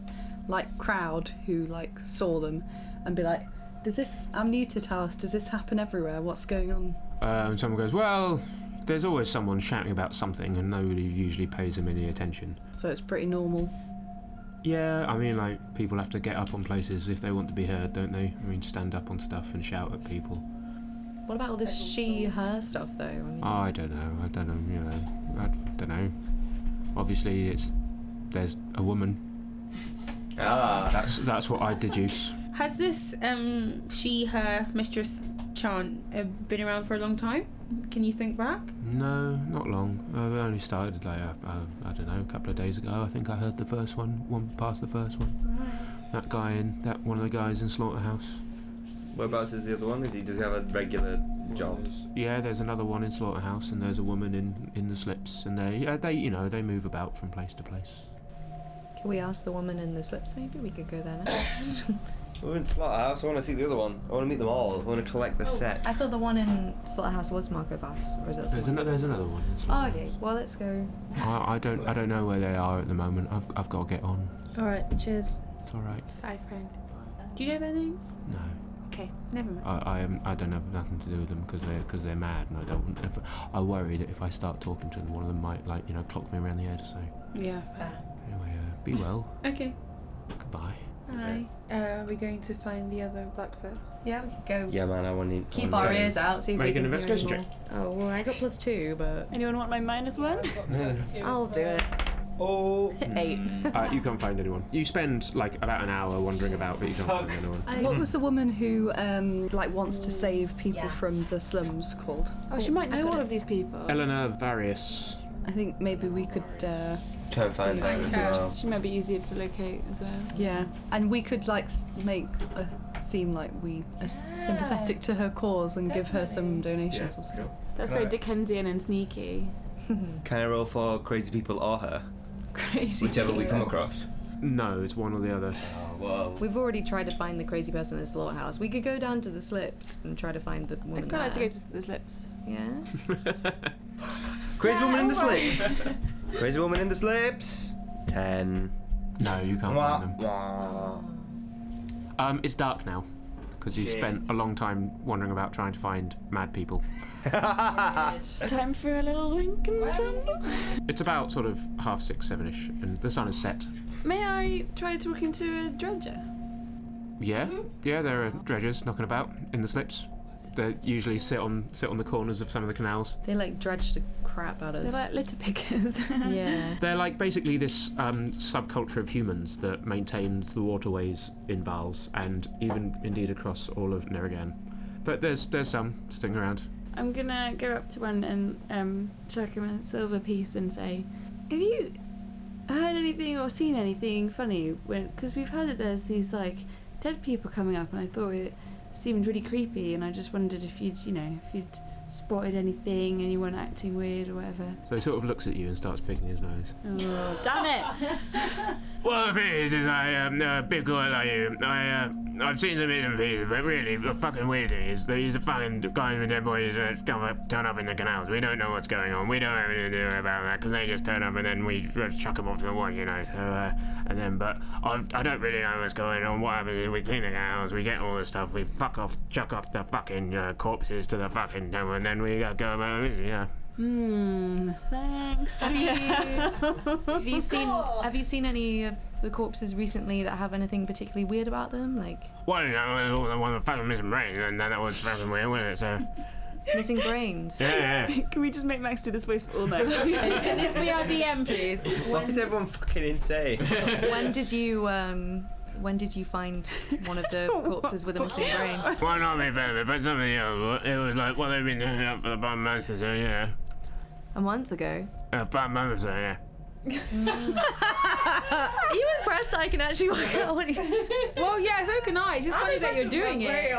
like crowd who like saw them and be like, "Does this? I'm new to Talos. Does this happen everywhere? What's going on?" Um, someone goes, Well, there's always someone shouting about something, and nobody usually pays them any attention. So it's pretty normal. Yeah, I mean, like, people have to get up on places if they want to be heard, don't they? I mean, stand up on stuff and shout at people. What about all this she her stuff though? I mean, Oh, I don't know, I don't know, you know, I don't know. Obviously, it's. There's a woman. Ah. That's that's what I deduce. Has this um she her mistress chant uh, been around for a long time? Can you think back? No, not long. I only started like uh, uh, I don't know, a couple of days ago. I think I heard the first one, one past the first one. That guy in that one of the guys in slaughterhouse. Whereabouts is the other one? Is he does he have a regular job? Yeah, there's another one in Slaughterhouse, and there's a woman in in the slips, and they uh, they you know they move about from place to place. can we ask the woman in the slips? Maybe we could go there next. We're in slaughterhouse. I want to see the other one. I want to meet them all. I want to collect (coughs) the set. Oh, I thought the one in Slaughterhouse was Marco Bass, or is that There's someone? another there's another one. In Oh, Slaughterhouse. okay. Well, let's go. I, I don't I don't know where they are at the moment. I've I've got to get on. All right. Cheers. It's all right. Bye, friend. Do you know their names? No, Uh, Okay. Never mind. I I, am, I don't have nothing to do with them because they because they're mad, and I don't. want- If, I worry that if I start talking to them, one of them might like you know clock me around the head. So Yeah. Fair. anyway, uh, be (laughs) well. Okay. Goodbye. Hi. Uh, are we going to find the other Blackfoot? Yeah, we could go. Yeah, man. I want to Oh. Keep our ears out, see if Make we an can investigation hear any more. Oh, well, I got plus two, but Anyone want my minus one? I'll do it. Oh. (laughs) Eight. Uh, you can't find anyone. You spend like about an hour wandering about, but you can't find anyone. what was the woman who um, like wants to save people from the slums called? Oh, she might know all of these people. Eleanor Varius. I think maybe we could. Uh, Try and find them as well. She might be easier to locate (laughs) as well. yeah, and we could like s- make uh seem like we are s- sympathetic to her cause and give her some donations or something. That's very Right. Dickensian and sneaky. Can I roll for crazy people or her? Crazy. Whichever we come across. No, it's one or the (laughs) other. Oh, whoa. We've already tried to find the crazy person in the slaughterhouse. We could go down to the slips and try to find the I'd woman. quite like to there. go to the slips. (laughs) Yeah. (laughs) Crazy woman in the slips. crazy woman in the slips. Ten. No, you can't Wah. find them. Um, it's dark now because you spent Shit. a long time wandering about trying to find mad (laughs) people. Time for a little wink and tumble. It's about sort of half six, seven ish, and the sun is set. May I try talking to a dredger? Yeah, Mm-hmm. yeah, there are dredgers knocking about in the slips. They usually sit on sit on the corners of some of the canals. They like dredge the crap out They're of. like (laughs) litter pickers. (laughs) Yeah. They're like basically this um, subculture of humans that maintains the waterways in Vals and even indeed across all of Nerrigan. But there's there's some sitting around. I'm gonna go up to one and um, chuck him a silver piece and say, "Have you heard anything or seen anything funny? Because we've heard that there's these like dead people coming up, and I thought it seemed really creepy, and I just wondered if you'd, you know, if you'd spotted anything, anyone acting weird or whatever." So he sort of looks at you and starts picking his nose. Oh, damn it! Well, the thing is, is I um, uh, big guy like you, I uh, I've seen some hidden pieces, but really the fucking weird thing is there is a fucking guy with dead boys that's come up, turn up in the canals. We don't know what's going on. We don't have anything to do about that because they just turn up and then we just chuck them off to the water, you know. So uh, and then, but I've, I don't really know what's going on. What happens is we clean the canals, we get all the stuff, we fuck off, chuck off the fucking uh, corpses to the fucking town, and then we uh, go about, it, you know. Hmm. (laughs) Thanks. Have you, have you seen Have you seen any of the corpses recently that have anything particularly weird about them, like Well, you know, the one that fucking missing brain, and that was fucking weird, wasn't it? So (laughs) missing brains? yeah. yeah. Can we just make Max do this voice for (laughs) all night? (laughs) Can this be our DM, please? Why is everyone fucking insane? (laughs) When did you um When did you find one of (laughs) the corpses with a missing brain? Why not be better? But some of the other, it was like, well, they've been doing it for the past month or so, yeah. A month ago. Uh, past month or so, yeah. (laughs) Are you impressed that I can actually work out what he's? well, yeah, so can I. It's just funny that you're doing it.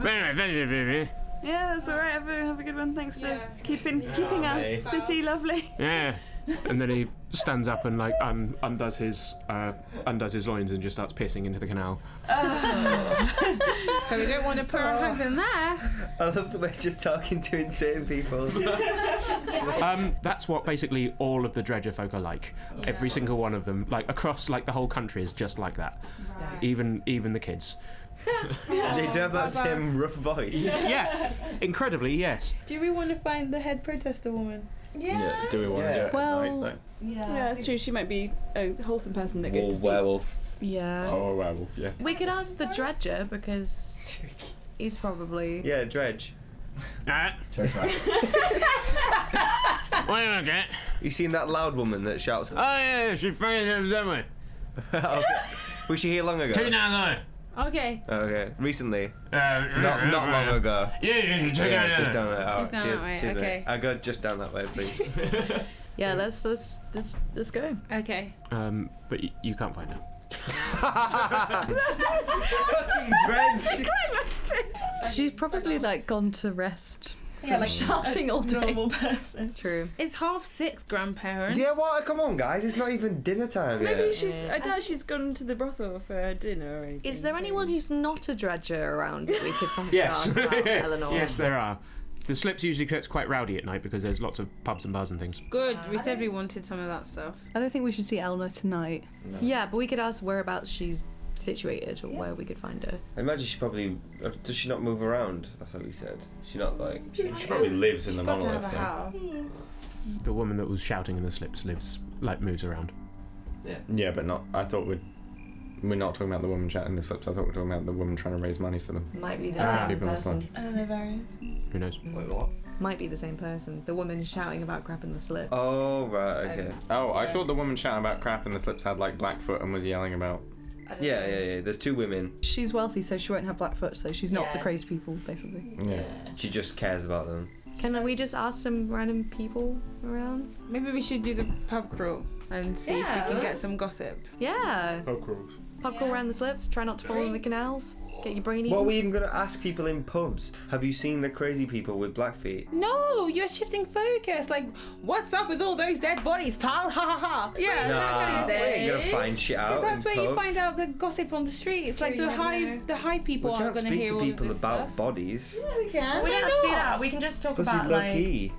But anyway, thank you, baby. yeah, that's all right. Have a, have a good one. Thanks for Yeah. keeping keeping Lovely. us city lovely. Yeah. And then he stands up and like um, undoes his uh, undoes his loins and just starts pissing into the canal. (laughs) So we don't want to put our hands in there. I love the way just talking to insane people. (laughs) Um, that's what basically all of the dredger folk are like. Every single one of them, like across like the whole country, is just like that. Even even the kids. they do have that Bye-bye. same rough (laughs) voice. yeah. Incredibly, yes. Do we want to find the head protester woman? Yeah, do we want Yeah. to do it? at Well- night, though? (laughs) Yeah, that's true. She might be a wholesome person that goes Or to sleep. werewolf. Yeah. Oh, a werewolf, yeah. We could ask the dredger because he's probably. Yeah, dredge. Uh, (laughs) what do you look at? You seen that loud woman that shouts? Oh yeah, she fucking lives that way. (laughs) okay. Was she here long ago? Two now Okay. Okay, recently. though. Uh, Not not long ago. Yeah, yeah, yeah, check Yeah, out that. just down there. Alright, down cheers, that way, cheers, mate. okay. I go just down that way, please. Yeah. Let's let's let's let's go. Okay. Um, but y- you can't find her. Fucking dredge. She's probably like gone to rest (laughs) Yeah, uh, like shouting all day. Normal person. True. it's half six, grandparents. Yeah, what? Come on, guys. It's not even dinner time Maybe yet. she's. I doubt she's gone to the brothel for dinner or anything. Is there anyone who's not a dredger (laughs) around that we could pass Yes. ask (laughs) about Eleanor? yes, there are. The slips usually gets quite rowdy at night because there's lots of pubs and bars and things. Good. Uh, We said we wanted some of that stuff. I don't think we should see Eleanor tonight. Yeah, but we could ask whereabouts she's situated or where we could find her. I imagine she probably uh, does. She not move around. That's what we said. She not like. She probably lives in the Got to monolith. have a so- house. The woman that was shouting in the slips lives, like, moves around. Yeah, but not. I thought we'd. We're not talking about the woman chatting the slips. I thought we were talking about the woman trying to raise money for them. Might be the Ah. same People on the person. Who knows? Wait, what? Might be the same person. The woman shouting about grabbing the slips. Oh right, okay. Um, Oh, I thought the woman chatting about crap in the slips had like Blackfoot and was yelling about. I don't Yeah, know. yeah, yeah. There's two women. She's wealthy, so she won't have Blackfoot, so she's not the Yeah. crazy people, basically. Yeah. She just cares about them. Can we just ask some random people around? Maybe we should do the pub crawl and see if we Yeah. can get some gossip. Yeah. Oh, cool. Pub crawl around the slips. Try not to fall in the canals. Get your brain eaten. What are we even gonna ask people in pubs? Have you seen the crazy people with black feet? No, you're shifting focus. Like, what's up with all those dead bodies, pal? Ha ha ha. Yeah, Nah, that's we what ain't gonna find shit out. Because that's in where you pubs. find out the gossip on the street. It's like True, the you never high, know. the high people We can't aren't going speak hear to all of people this about stuff. bodies. Yeah, (laughs) we can. We don't have Why to do not? that. We can just talk Supposed to about be low like key.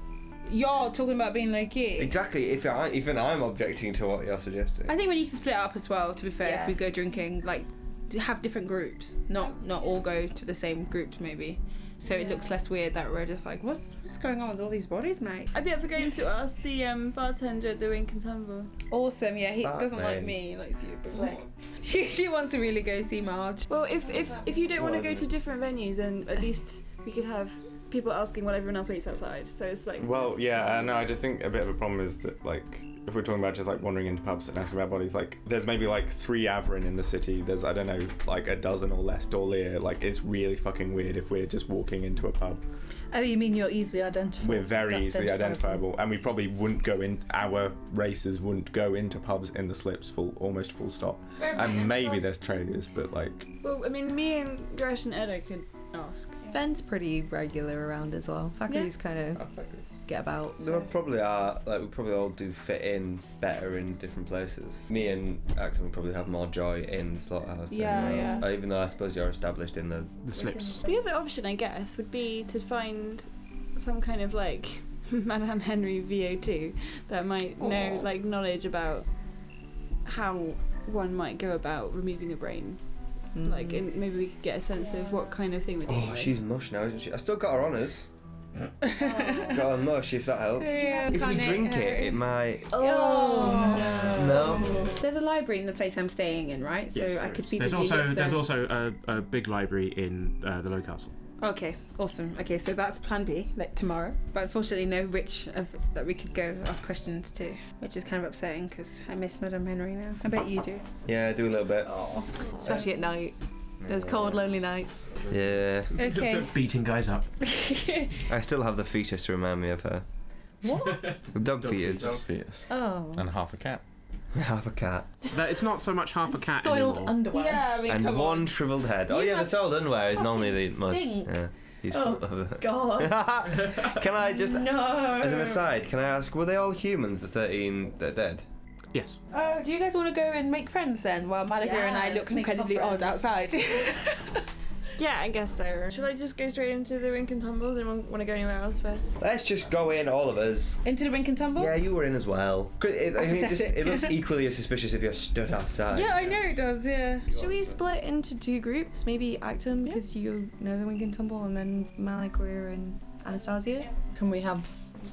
You're talking about being low key. Exactly. If I even I'm objecting to what you're suggesting. I think we need to split up as well. To be fair, Yeah. if we go drinking, like to have different groups, not not all go to the same groups maybe. So it looks less weird that we're just like, what's what's going on with all these bodies, mate? (laughs) I'd be up for going to ask the um, bartender at the Wink and Tumble. Awesome, yeah. He Fuck, doesn't like man. me. He likes you. But It's like- she she wants to really go see Marge. Well, if if, if you don't want to Whatever. go to different venues, then at least we could have people asking what everyone else waits outside. So it's like Well, yeah, uh, no, I just think a bit of a problem is that, like, if we're talking about just like wandering into pubs and asking about bodies, like, there's maybe like three Averin in the city. There's, I don't know, like a dozen or less Dorlier. Like, it's really fucking weird if we're just walking into a pub. Oh, you mean you're easily identifiable? We're very easily identifiable, and we probably wouldn't go in, our racers wouldn't go into pubs in the slips full, almost full stop. And maybe there's traders, but like, Well, I mean, me and Gresh and Edda could ask. Ben's pretty regular around as well. Faculty's kind of get about. So we probably are like we probably all do fit in better in different places. Me and Acton probably have more joy in the slaughterhouse. than Yeah, anywhere else. yeah. Uh, Even though I suppose you're established in the The slips. The other option, I guess, would be to find some kind of like (laughs) Madame Henry VO2 that might know Aw. like knowledge about how one might go about removing a brain. Like, and maybe we could get a sense of what kind of thing we're dealing Oh, with. she's mush now, isn't she? I still got her honours. got her mush, if that helps. Yeah, If we can't drink it, her. it might. Oh, No. There's a library in the place I'm staying in, right? So Yes, I there could is. feed There's the also there's also a, a big library in uh, the Low Castle. Okay, awesome. Okay, so that's plan B, like tomorrow. But unfortunately, no rich of, that we could go ask questions to, which is kind of upsetting because I miss Madame Henry now. I bet you do. Yeah, do a little bit. Especially at night. Those cold, lonely nights. Yeah. Okay. Beating guys up. I still have the fetus to remind me of her. (laughs) What? Dog, fetus. Oh. and half a (laughs) cat. I have a cat. That- it's not so much half a cat Soiled anymore. underwear. I mean, and one shriveled head. oh, You yeah, the must soiled underwear is normally the fucking most. stink. Yeah. He's Oh, full of God. uh, Can I just. No. As an aside, can I ask, were they all humans, the 13 that are dead? Yes. Oh, do you guys want to go and make friends then while Malaga and I Yeah, look let's make incredibly friends. odd outside? (laughs) Yeah, I guess so. Should I just go straight into the Rink and Tumbles? Anyone want to go anywhere else first? Let's just go in, all of us. Into the wink and tumble? Yeah, you were in as well. 'Cause It, I mean, it, just, it (laughs) looks equally as suspicious if you're stood outside. Yeah, I know it does, yeah. Should we split into two groups? Maybe Actum, because you know the Wink and Tumble, and then Malagreer and Anastasia? Can we have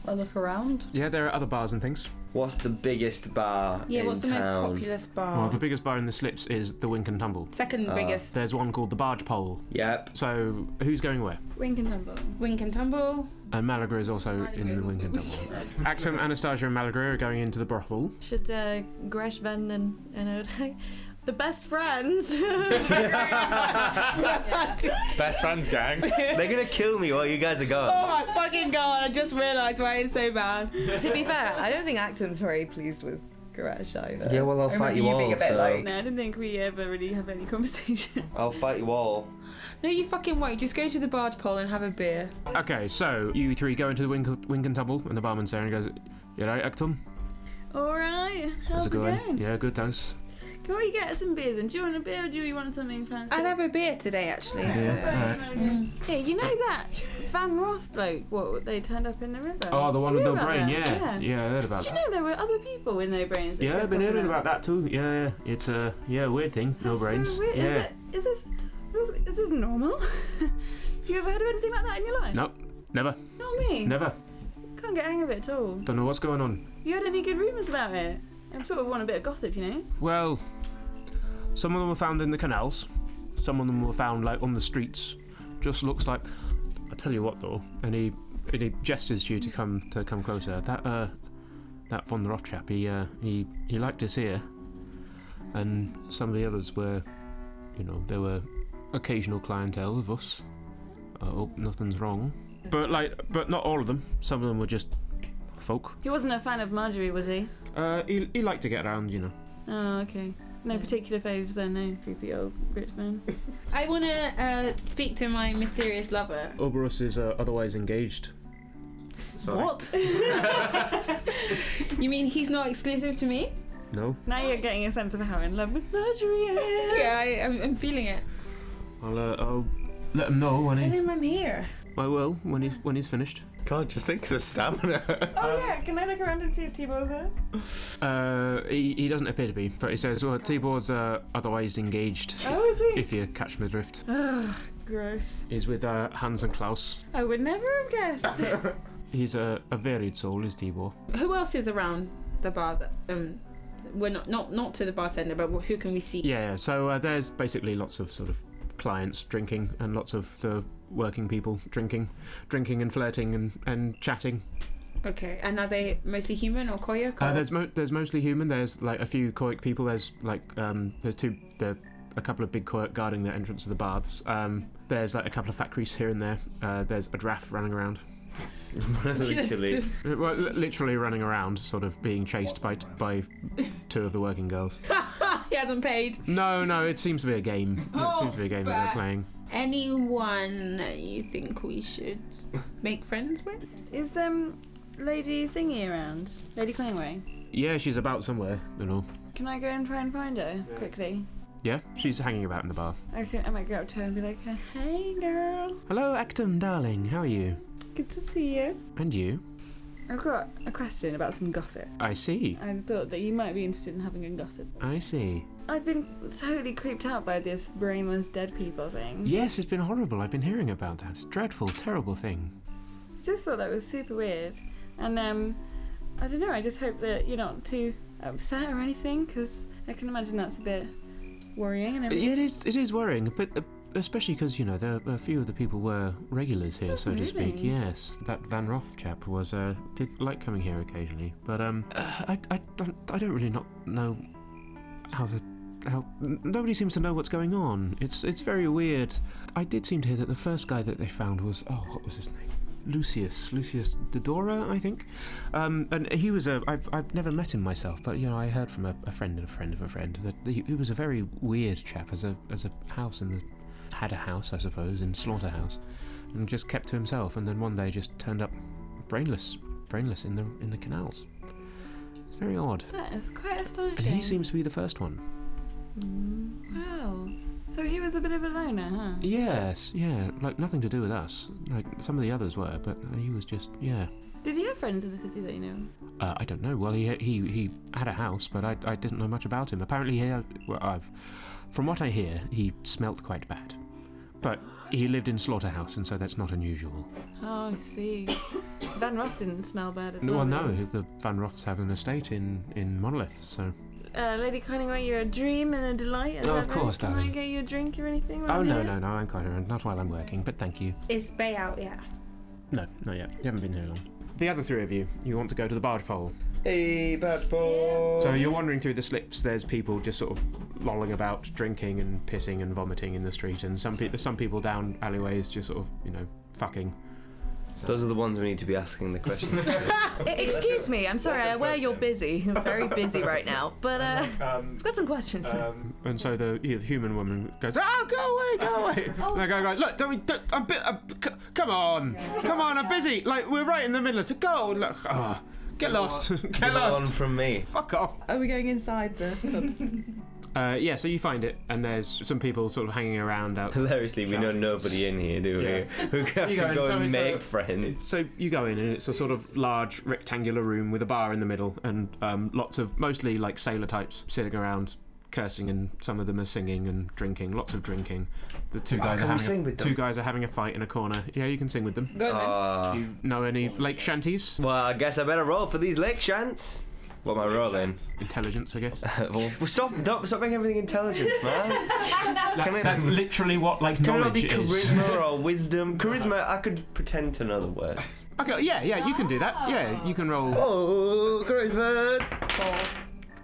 a look around? Yeah, there are other bars and things. What's the biggest bar Yeah, in what's the most town? populous bar? Well, the biggest bar in the slips is the Wink and Tumble. Second biggest There's one called the Barge Pole. Ah. Yep. So who's going where? Wink and Tumble. wink and tumble. And Malaga is also in the Wink and Tumble. Actum, Anastasia, and Malaga are going into the brothel. Should uh, Gresh, Ven, and, and Oda- (laughs) the (laughs) best friends. (laughs) yeah. best friends (laughs) gang. They're gonna kill me while you guys are Oh gone. my fucking god, I just realised why it's so bad. to be fair, I don't think Actum's very pleased with Garage either. Yeah, well, I'll I fight remember you, all. being a bit so like- No, I don't think we ever really have any (laughs) conversation. I'll fight you all. No, you fucking won't. Just go to the barred pole and have a beer. Okay, so you three go into the Wink, Wink and Tumble, and the barman's there and goes, You right, Actum? All right, how's it going? going? Yeah, good, thanks. Can we get some beers? And do you want a beer or do you want something fancy? I'll have a beer today, actually. so- Mm. Yeah, alright. Hey, you know that Van Roth bloke? What they turned up in the river? Oh, the one Do with you no know brain, about that? yeah. yeah. Yeah, I heard about Do you that. know there were other people with no brains? that Yeah, kept I've been popping hearing up? about that too. Yeah, yeah. it's a yeah weird thing. No That's brains. So weird. Yeah. Is, it, is this is, is this normal? (laughs) you ever heard of anything like that in your life? Nope. Never. Not me. Never. Can't get hang of it at all. Don't know what's going on. You heard any good rumours about it? I sort of want a bit of gossip, you know. Well, some of them were found in the canals. Some of them were found like on the streets. Just looks like. I tell you what though, and he and he gestures to you to come to come closer. That uh, that von Roth chap. He uh, he he liked his ear, and some of the others were, you know, there were occasional clientele of us. I hope nothing's wrong. But like, but not all of them. Some of them were just folk. He wasn't a fan of Marjorie, was he? Uh, he, he liked to get around, you know. Oh, okay. No particular faves then, no creepy old rich man. I want to uh, speak to my mysterious lover. Oberus is uh, otherwise engaged. What? (laughs) you mean he's not exclusive to me? No, Now you're getting a sense of how in love with Marjorie I am. Yeah, I, I'm, I'm feeling it. I'll uh, I'll let him know when Tell he. him I'm here. I will when he's when he's finished. God, just think of the stamina. Oh yeah, can I look around and see if T-Ball's there? (laughs) Uh, he, he doesn't appear to be, but he says, well, Tibor's uh, otherwise engaged, Oh, is he? if you catch my drift. Ugh, gross. He's with uh, Hans and Klaus. I would never have guessed. He's a, a varied soul, is Tibor. Who else is around the bar? That, um, we're not not not to the bartender, but who can we see? Yeah, yeah, so uh, there's basically lots of sort of clients drinking and lots of the working people drinking, drinking and flirting and, and chatting. Okay, and are they mostly human or koya? Uh, there's mo- there's mostly human. There's like a few Koic people. There's like um, there's two there a couple of big Koic guarding the entrance of the baths. Um, there's like a couple of fat crease here and there. Uh, there's a giraffe running around. Literally. Uh, Well, li- literally running around, sort of being chased by t- by two of the working girls. (laughs) he hasn't paid. No, no, it seems to be a game. it seems to be a game that fuck. they're playing. Anyone you think we should make friends with? Is um Lady Thingy around? Lady Clingway. Yeah, she's about somewhere, you know. Can I go and try and find her quickly? Yeah, she's hanging about in the bar. I can. I might go up to her and be like, "Uh, "Hey, girl, Hello, Actum, darling. How are you? good to see you." And you? I've got a question about some gossip. I see. I thought that you might be interested in having a gossip. I see. I've been totally creeped out by this brainless dead people thing. Yes, it's been horrible. I've been hearing about that. It's a dreadful, terrible thing. Just thought that was super weird, and um, I don't know. I just hope that you're not too upset or anything, because I can imagine that's a bit worrying and everything. It is. It is worrying, but. Uh, Especially because you know there a few of the people were regulars here, so to speak. really? Yes, that Van Roth chap was uh, did like coming here occasionally, but um, uh, I, I don't I don't really not know how the how n- nobody seems to know what's going on. It's it's very weird. I did seem to hear that the first guy that they found was oh what was his name Lucius Lucius Dodora I think, um, and he was a I've I've never met him myself, but you know I heard from a, a friend of a friend of a friend that he, he was a very weird chap as a as a house in the had a house I suppose in slaughterhouse, and just kept to himself, and then one day just turned up brainless brainless in the in the canals. It's very odd, That is quite and astonishing. he seems to be the first one. Wow. So he was a bit of a loner, huh? Yes, yeah, like nothing to do with us. Like some of the others were, but uh, he was just, yeah. Did he have friends in the city that you know? Uh, I don't know. Well, he he he had a house, but I, I didn't know much about him. Apparently, he, well, I've, from what I hear, he smelt quite bad. But he lived in slaughterhouse, and so that's not unusual. Oh, I see. Van Roth didn't smell bad at all. Well, no, the Van Roths have an estate in in Monolith, so. Uh, Lady Cunningham, you're a dream and a delight. as Oh, of ever. course, Can I darling. get you a drink or anything? while Oh I'm no here? no no! I'm quite around. Not while I'm working, but thank you. Is Bay out yet? No, not yet. You haven't been here long. The other three of you, you want to go to the bard pole. Hey, bad boy. So you're wandering through the slips. There's people just sort of lolling about, drinking and pissing and vomiting in the street, and some people, some people down alleyways, just sort of, you know, fucking. Those are the ones we need to be asking the questions. to. E- Excuse me, I'm sorry, I'm aware you're busy. I'm very busy right now, but uh, Um, I've got some questions. (laughs) and so the hu- human woman goes, "Oh, go away, go away!" Oh. And I go, go, "Look, don't, we, don't I'm, bit, I'm, c- come on, come on, I'm busy. Like we're right in the middle of to go. Look, ah, get lost, (laughs) get Give one lost, from me. fuck off." Are we going inside the pub? Uh, yeah, so you find it, and there's some people sort of hanging around out. Hilariously, we know nobody in here, do we? Yeah. (laughs) We have You to go in, go so and it's make a- friends. So you go in, and it's a sort of large rectangular room with a bar in the middle, and um, lots of mostly like sailor types sitting around, cursing, and some of them are singing and drinking. Lots of drinking. The two guys can are we having sing a, with two them? guys are having a fight in a corner. Yeah, you can sing with them. Go on then. Ah. you know any lake shanties? well, I guess I better roll for these lake shants. What am I rolling? Intelligence, I guess. (laughs) well, stop! Don't, stop making everything (laughs) intelligence, man. Can I- that's literally what like Can it not be knowledge is. (laughs) charisma or wisdom? Charisma, I could pretend to know the words. Okay, yeah, yeah, you can do that. Yeah, you can roll. Oh, charisma.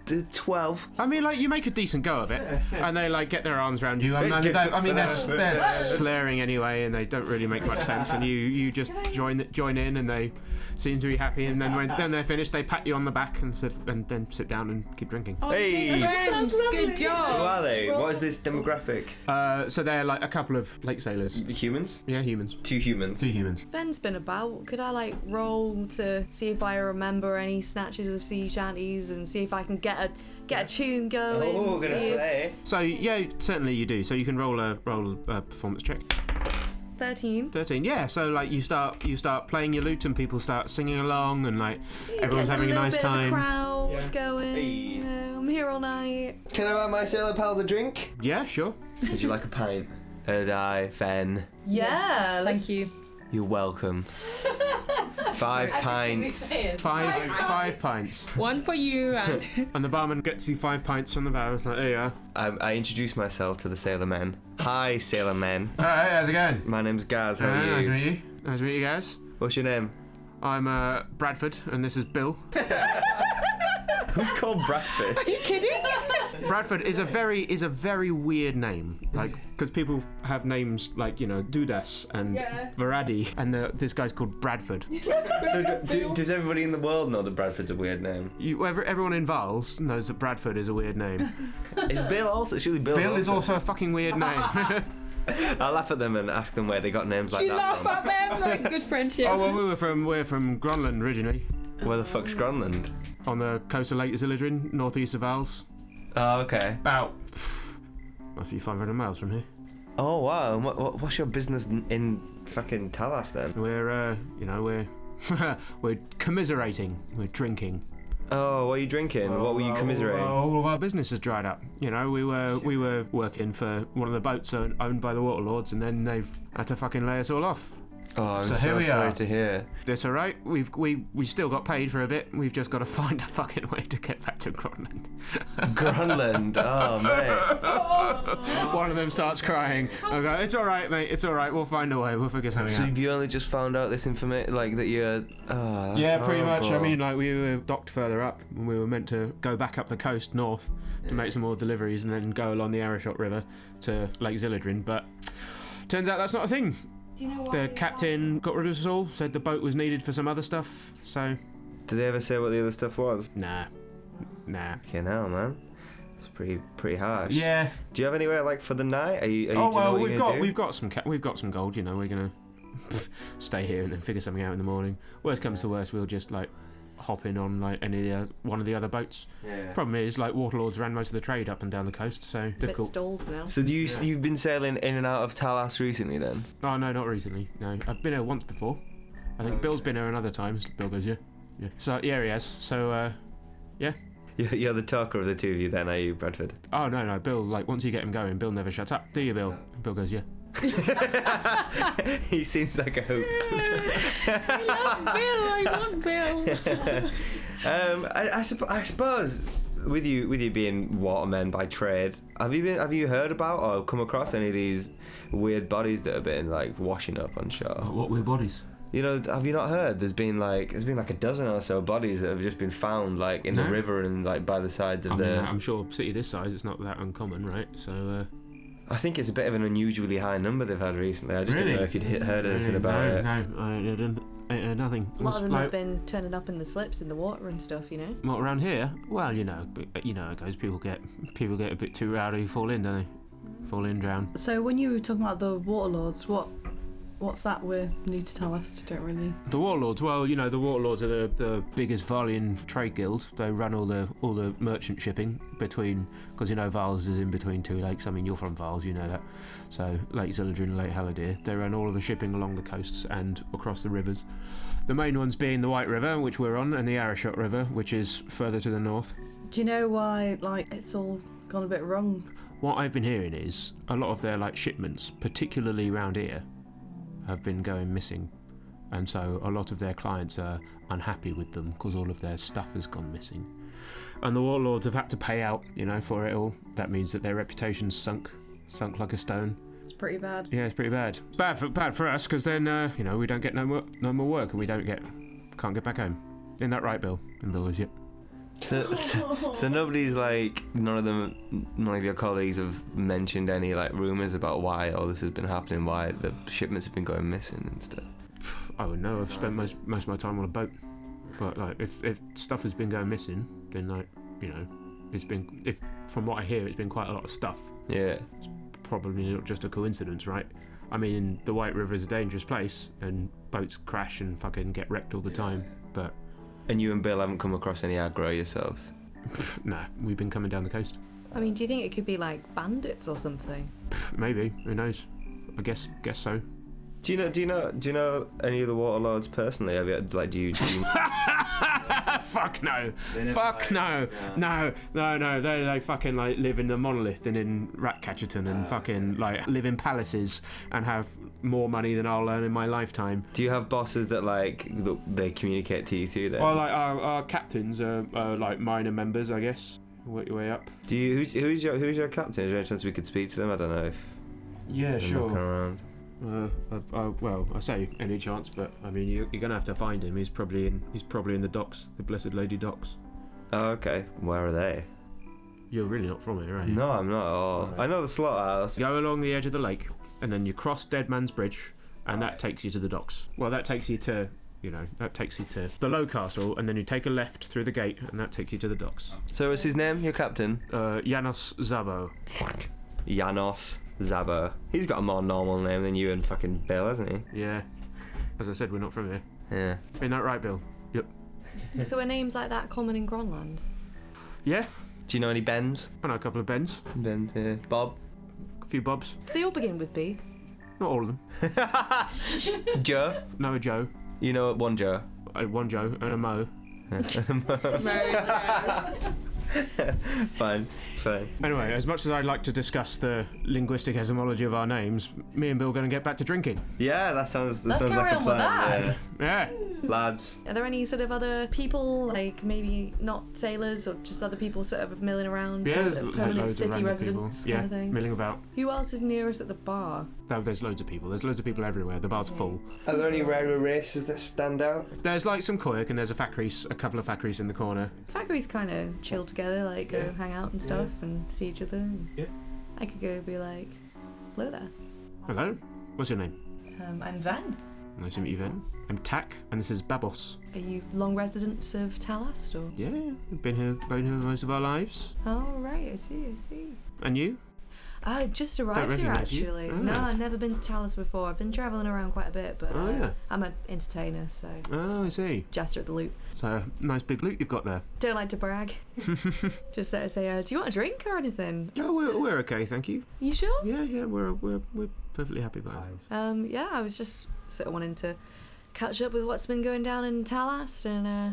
The twelve. I mean, like you make a decent go (laughs) of it, and they like get their arms around you. And, They they- get- they- I mean, (laughs) they're, they're slurring anyway, and they don't really make much sense. And you you just join join in, and they seem to be happy. And then when then they're finished, they pat you on the back and sit, and then sit down and keep drinking. Oh, Hey, who Friends, Oh, good job. are they? What is this demographic? Uh, so they're like a couple of lake sailors. Humans? Yeah, humans. Two humans. Two humans. Ben's been about. Could I like roll to see if I remember any snatches of sea shanties and see if I can get a get a tune going? Oh, see gonna if- play. So yeah, certainly you do. So you can roll a roll a performance uh, check. Thirteen. 13 yeah so like you start you start playing your lute and people start singing along and like everyone's Get having a little nice bit of the time crowd Yeah. going. Hey. You know, I'm here all night. Can I buy my sailor pals a drink? yeah sure Would you like a pint? And I, Fen, Yeah. Thank you. (laughs) you're welcome. Five pints. five five pints One for (laughs) you and and (laughs) the barman gets you five pints from the bar it's like there you are I, Um, I introduce myself to the sailor men. Hi, sailor men. alright how's it going My name's Gaz. How Uh, are nice to you? meet you nice to meet you guys What's your name? I'm uh, Bradford and this is (laughs) Bill (laughs) Who's called Bradford? you kidding? (laughs) Bradford is a very is a very weird name, like because people have names like you know Dudas and Varadi, and the, this guy's called Bradford. so, do, do, does everybody in the world know that (laughs) Bradford's a weird name? You, every, everyone in Vals knows that Bradford is a weird name. Is Bill also? Surely Bill. Bill is also a fucking (laughs) weird name. I laugh at them and ask them where they got names like you that. laugh From. at them (laughs) like (laughs) good friendship. oh well, we were from we're from Greenland originally, Where the fuck's Greenland? on the coast of Lake Zillidrain, northeast of Vals, Oh, okay. about a few 500 miles from here. Oh wow. And What, what, what's your business in- in fucking Talas then? We're uh, you know we're (laughs) we're commiserating, we're drinking. Oh, what are you drinking? what were you commiserating? Well, oh, all of our business has dried up. You know, we were we were working for one of the boats own- owned by the Waterlords, and then they've had to fucking lay us all off. Oh, I'm So so, here we sorry are. to hear. That's all right. We've we we still got paid for a bit. We've just got to (laughs) find a fucking way to get back to Greenland. (laughs) Greenland. Oh mate. One of them starts crying. I go, it's all right, mate. It's all right. We'll find a way. We'll figure something So out. have you only just found out this information, like that you're. Oh, that's Yeah, pretty much. I horrible. mean, like we were docked further up, and we were meant to go back up the coast north to make some more deliveries, and then go along the Arashot River to Lake Zilladrin. But turns out that's not a thing. Do you know what? The captain got rid of us all, said the boat was needed for some other stuff, so. Did they ever say what the other stuff was? Nah. Nah. Okay, now man, it's pretty pretty harsh. Yeah. Do you have anywhere like for the night? Are you? Oh Are you do you know well, what you're we've gonna got do? we've got some ca- we've got some gold. You know, we're gonna (laughs) stay here and then figure something out in the morning. Worst comes to worst, we'll just like hop in on like any of the, oth- one of the other boats. Yeah. Problem is, like Waterlords ran most of the trade up and down the coast, so Bit difficult. stalled now. So do you you've been sailing in and out of Talas recently then? Oh no, not recently. No, I've been here once before. I think Bill's been here another time. so Bill goes, yeah, yeah. So yeah, he has. So uh, (laughs) You're, you're the talker of the two of you then, are you, Bradford? oh no, no, Bill. Like once you get him going, Bill never shuts up. Do you, Bill? Bill goes, yeah. (laughs) he seems like a I love Bill. I want Bill. (laughs) um, I, I, supp- I suppose with you with you being watermen by trade, have you been have you heard about or come across any of these weird bodies that have been like washing up on shore? What were bodies? You know, have you not heard? There's been like there's been like a dozen or so bodies that have just been found like in No. the river and like by the sides of I the. mean, I'm sure a city this size, it's not that uncommon, right? So uh, I think it's a bit of an unusually high number they've had recently. I just do didn't Really? know if you'd he- heard anything no, about it. no, I, I didn't. I, I, nothing. A lot of them Like, have been turning up in the slips in the water and stuff, you know. not around here. Well, you know, but- uh, you know, how it goes. People get people get a bit too rowdy, fall in, don't they? Fall in, drown. So when you were talking about the Waterlords, what what's that we're new to tell us? Don't really. The warlords. Well, you know, the warlords are the, the biggest Valian trade guild. They run all the all the merchant shipping between, because you know, Vals is in between two lakes. I mean, you're from Vals, you know that. So Lake Zilladrin and Lake Haladir. They run all of the shipping along the coasts and across the rivers. The main ones being the White River, which we're on, and the Arashot River, which is further to the north. Do you know why like it's all gone a bit wrong? What I've been hearing is a lot of their like shipments, particularly round here, have been going missing, and so a lot of their clients are unhappy with them because all of their stuff has gone missing, and the warlords have had to pay out, you know, for it all. That means that their reputation's sunk, sunk like a stone. It's pretty bad. Yeah, it's pretty bad. Bad for bad for us because then uh, you know we don't get no more no more work and we don't get can't get back home. Isn't that right, Bill? And Bill goes, yep. So, so, so nobody's like none of them, none of your colleagues have mentioned any like rumors about why all this has been happening, why the shipments have been going missing and stuff. I would know. I've spent most most of my time on a boat. But like, if if stuff has been going missing, then like, you know, it's been if from what I hear, it's been quite a lot of stuff. Yeah. Probably not just a coincidence, right? I mean, the White River is a dangerous place, and boats crash and fucking get wrecked all the time. But And you and Bill haven't come across any aggro yourselves. (laughs) nah, we've been coming down the coast. I mean, do you (laughs) think it could be like bandits or something? Maybe who knows? I guess guess so. Do you know? Do you know? Do you know any of the water lords personally? Have you like? Do you? Do you Fuck no. They never Fuck like- no. yeah. No, no, no. They, they fucking like live in the monolith and in Ratcatcherton Ah, and fucking like live in palaces and have more money than I'll earn in my (laughs) lifetime. do you have bosses that like look, they communicate to you through them? Well, like our, our captains are, are like minor members, I guess. Work your way up. do you? Who's, who's your Who's your captain? Is there any chance we could speak to them? I don't know if Yeah, they're knocking around. Uh, I, I, well, I say any chance, but I mean you, you're gonna have to find him. He's probably in. He's probably in the docks, the Blessed Lady docks. Oh, okay. Where are they? You're really not from here, are you? No, I'm not at all. Alright. I know the slaughterhouse. Go along the edge of the lake, and then you cross Dead Man's Bridge, and that takes you to the docks. Well, that takes you to, you know, that takes you to the Low Castle, and then you take a left through the gate, and that takes you to the docks. So what's his name? Your captain? Uh, Janos Zabo. Janos Zabo. He's got a more normal name than you and fucking Bill, hasn't he? Yeah. As I said, we're not from here. Yeah. Ain't that right, Bill? Yep. So are names like that common in Gronland? Yeah. Do you know any Bens? I know a couple of bends, Bens here. Bob. a few bobs. Do They all begin with B. Not all of them. Joe. No a Joe, You know one Joe. uh, one Joe, and a Mo. (laughs) Fine. Fine. Anyway, as much as I'd like to discuss the linguistic etymology of our names, me and Bill are going to get back to drinking. Yeah, that sounds that Let's sounds carry like a on with plan. that. Yeah. Yeah. Lads. Are there any sort of other people, like maybe not sailors or just other people sort of milling around? Yeah, sort there's of lo- permanent loads of city random people. residents yeah, kind of thing. milling about. Who else is near us at the bar? No, there's loads of people. There's loads of people everywhere. The bar's full. Are there any rarer races that stand out? There's like some koyak and there's a fakris, a couple of fakris in the corner. Factories kind of chill together, like go hang out and stuff and see each other. And Yeah. I could go be like, hello there. Hello, what's your name? Um, I'm Van. Nice to meet you, Ven. I'm Tak, and this is Babos. Are you long residents of Talast or? Yeah, been here, been here most of our lives. Oh right, I see, I see. And you? I just arrived here recognise you? actually. Oh. No, I've never been to Talast before. I've been travelling around quite a bit, but Oh, uh, yeah. I'm an entertainer, so Oh, I see. jester at the loop. So nice big loot you've got there. Don't like to (laughs) brag. Just sort of say, uh, do you want a drink or anything? Oh, we're, we're okay, thank you. You sure? Yeah, yeah, we're we're, we're perfectly happy about it. Um, yeah, I was just sort of wanting to catch up with what's been going down in Talast and uh,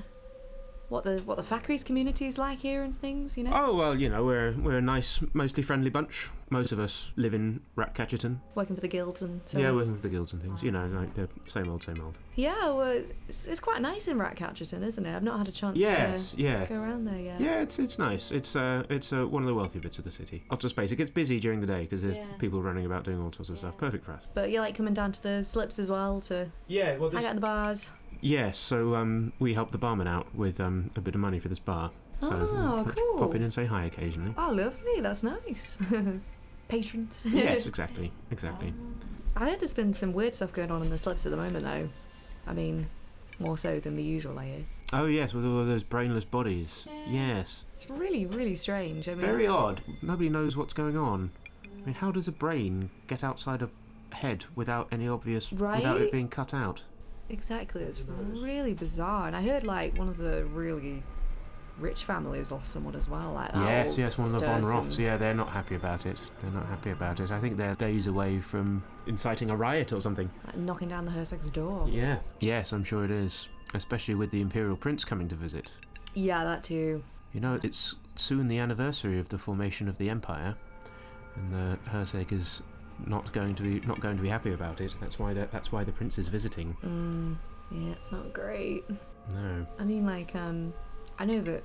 what the what the factories community's like here and things, you know. Oh well, you know we're we're a nice, mostly friendly bunch. Most of us live in Ratcatcherton. Working for the guilds and so. Yeah, working with the guilds and things. You know, like the same old, same old. Yeah, well, it's, it's quite nice in Ratcatcherton, isn't it? I've not had a chance Yes, yeah. to go around there yet. Yeah, it's it's nice. It's uh it's uh, one of the wealthy bits of the city. After space, it gets busy during the day because there's Yeah. people running about doing all sorts of stuff. Perfect for us. But you like coming down to the slips as well to Yeah, well, hang out in the bars. yeah. So um, we help the barman out with um a bit of money for this bar. So Oh, pop- cool. Pop in and say hi occasionally. Oh, lovely. That's nice. (laughs) Patrons. (laughs) yes, exactly, exactly. I heard there's been some weird stuff going on in the slips at the moment, though. I mean, more so than the usual, I hear. Oh yes, with all of those brainless bodies. Yes, It's really, really strange. I mean, very odd. Nobody knows what's going on. I mean, how does a brain get outside a head without any obvious without it Right? being cut out? Exactly. It's really bizarre. And I heard like one of the really rich families lost someone as well. Like that. Yes, old yes, one of the Von Sturson. Roths. Yeah, they're not happy about it. They're not happy about it. I think they're days away from inciting a riot or something. Like knocking down the Herzog's door. Yeah, Yeah. Yes, I'm sure it is. Especially with the Imperial Prince coming to visit. that too. You know, it's soon the anniversary of the formation of the Empire, and the Herzog is not going to be not going to be happy about it. That's why the, that's why the prince is visiting. Mm, yeah, it's not great. No. I mean, like, um, I know that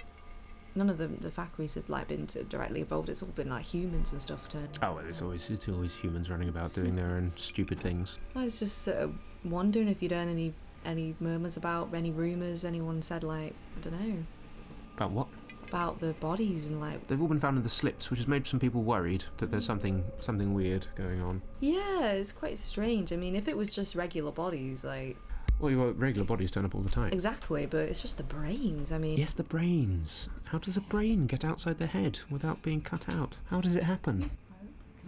none of the the factories have like been t- directly involved. It's all been like humans and stuff. Turning. Oh, well, it's always it's always humans running about doing their own stupid things. I was just sort of wondering if you'd heard any any murmurs about any rumors. Anyone said like I don't know About what? about the bodies and like They've all been found in the slips, which has made some people worried that there's something something weird going on. yeah, it's quite strange. I mean, if it was just regular bodies, like Well, your regular bodies turn up all the time. exactly, but it's just the brains. I mean, Yes, the brains. How does a brain get outside the head without being cut out? How does it happen?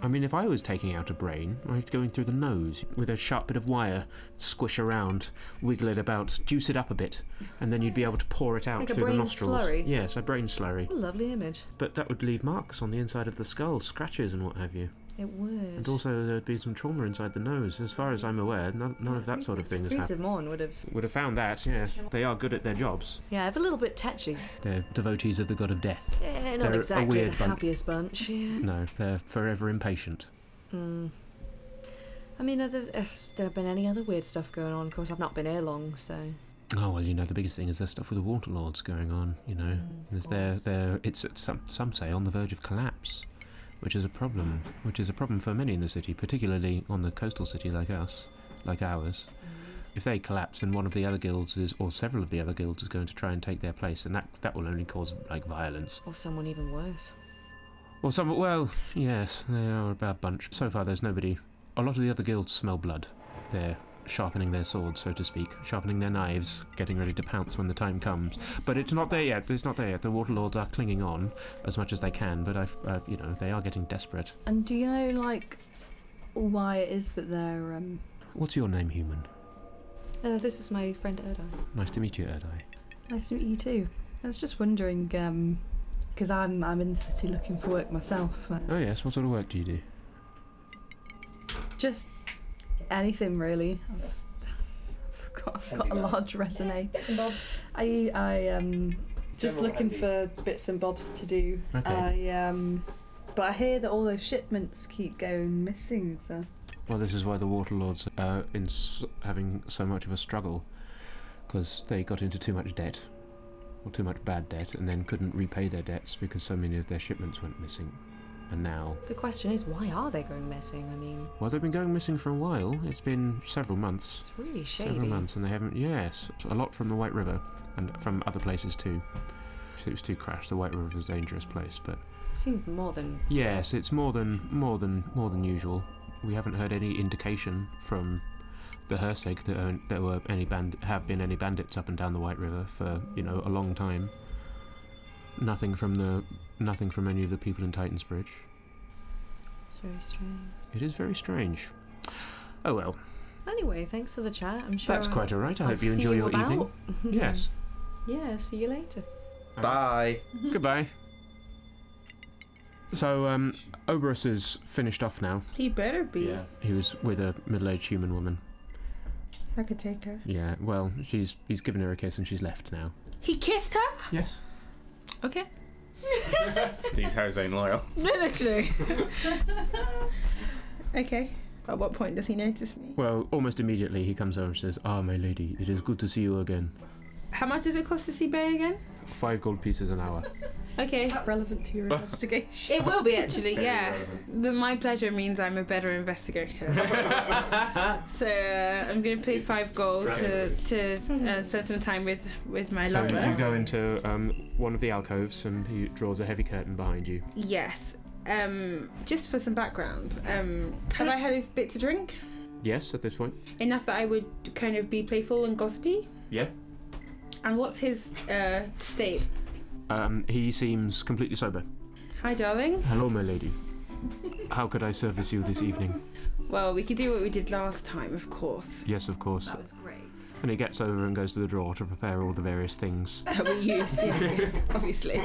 I mean, if I was taking out a brain, I'd go in through the nose with a sharp bit of wire, squish around, wiggle it about, juice it up a bit, and then you'd be able to pour it out Like a through brain the nostrils. slurry? Yes, a brain slurry. What a lovely image. But that would leave marks on the inside of the skull, scratches and what have you. It would. And also, there'd been some trauma inside the nose. As far as I'm aware, none, none of that sort of thing has happened. Morn would have. Would have found that, yeah. They are good at their jobs. Yeah, if a little bit touchy. They're devotees of the god of death. Yeah, They're not a exactly the weird bunch. happiest bunch. Yeah. No, they're forever impatient. Mm. I mean, other, has there been any other weird stuff going on? Of course, I've not been here long, so. Oh well, you know the biggest thing is there's stuff with the water lords going on. You know, Mm, there's their their it's at some some say on the verge of collapse, which is a problem. Which is a problem for many in the city, particularly on the coastal city like us, like ours. Mm. If they collapse, then one of the other guilds is, or several of the other guilds is going to try and take their place, and that that will only cause like violence. Or someone even worse. Or some well, yes, they are a bad bunch. So far, there's nobody. A lot of the other guilds smell blood. They're sharpening their swords, so to speak, sharpening their knives, getting ready to pounce when the time comes. But it's not there yet. It's not there yet. The Waterlords are clinging on as much as they can, but I've, uh, you know, they are getting desperate. And do you know, like, why it is that they're. Um... What's your name, human? Uh, this is my friend Erdo. Nice to meet you, Erdai. Nice to meet you too. I was just wondering, because I'm, I'm in the city looking for work myself. uh, Oh yes, what sort of work do you do? Just anything really. I've got, I've got a large resume. I I um just General looking handy. for bits and bobs to do. Okay. I um but I hear that all those shipments keep going missing. So Well, this is why the Waterlords are in s- having so much of a struggle, because they got into too much debt, or too much bad debt, and then couldn't repay their debts because so many of their shipments went missing. And now, The question is, why are they going missing? I mean, well, they've been going missing for a while. It's been several months. it's really Several shady. months, and they haven't. Yes, a lot from the White River, and from other places too. It was too crash. The White River is a dangerous place, but Seemed more than. yes, it's more than more than more than usual. We haven't heard any indication from the Herseg that uh, there were any band have been any bandits up and down the White River for you know a long time. Nothing from the nothing from any of the people in Titan's Bridge. It's very strange. It is very strange. Oh well, Anyway, thanks for the chat. I'm sure. that's I'll- quite all right. I I'll hope you see enjoy your about. (laughs) evening. Yes. Yeah, see you later. (laughs) Bye. Goodbye. So, um, Oberus is finished off now. He better be. Yeah. He was with a middle-aged human woman. I could take her. Yeah, well, she's he's given her a kiss and she's left now. He kissed her? Yes. Okay. These hoes ain't loyal. (laughs) Literally. okay. At what point does he notice me? Well, almost immediately he comes over and says, "Ah, my lady, it is good to see you again." How much does it cost to see Bay again? Five gold pieces an hour. Okay. is that relevant (laughs) to your investigation? It will be actually, Very yeah. relevant. The, my pleasure means I'm a better (laughs) investigator. so uh, I'm going to pay five gold to, to uh, spend some time with, with my so lover. you go into um, one of the alcoves and he draws a heavy curtain behind you. Yes. Um, just for some background, um, have I had a bit to drink? Yes, at this point. Enough that I would kind of be playful and gossipy? Yeah. And what's his uh, state? Um, he seems completely sober. Hi, darling. (laughs) Hello, my lady. How could I service you this evening? Well, we could do what we did last time, of course. Yes, of course. was great. And he gets over and goes to the drawer to prepare all the various things. That we used, (laughs) yeah, obviously.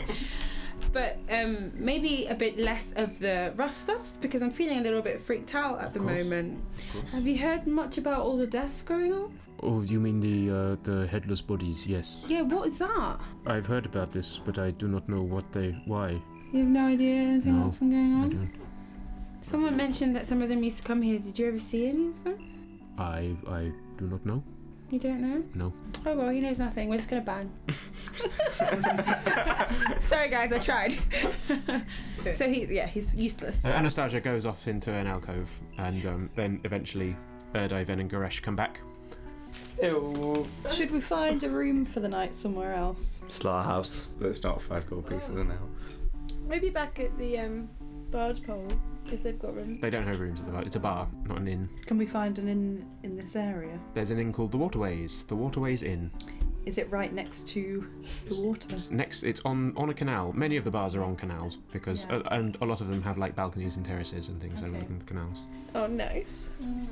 But um, maybe a bit less of the rough stuff because I'm feeling a little bit freaked out at Of the course. moment. Have you heard much about all the deaths going on? Oh, you mean the uh, the headless bodies? Yes. Yeah, what is that? I've heard about this, but I do not know what they, why. You have no idea anything No, else that's been going I on? don't. Someone mentioned that some of them used to come here. Did you ever see any of them? I I do not know. You don't know? No. Oh well, he knows nothing. We're just gonna bang. (laughs) Sorry guys, (laughs) I tried. so he's yeah, he's useless. So Anastasia goes off into an alcove, and um, then eventually Erdiven and Goresh come back. Should we find a room for the night somewhere else? Slaughterhouse. That's not five gold pieces an hour. Maybe back at the um, barge pole if they've got rooms. They don't have rooms at the bar. It's a bar, not an inn. Can we find an inn in this area? There's an inn called the Waterways. The Waterways Inn. Is it right next to the water? Next, it's on on a canal. Many of the bars are on canals because, Yeah. uh, and a lot of them have like balconies and terraces and things overlooking the canals. Oh, nice. Mm.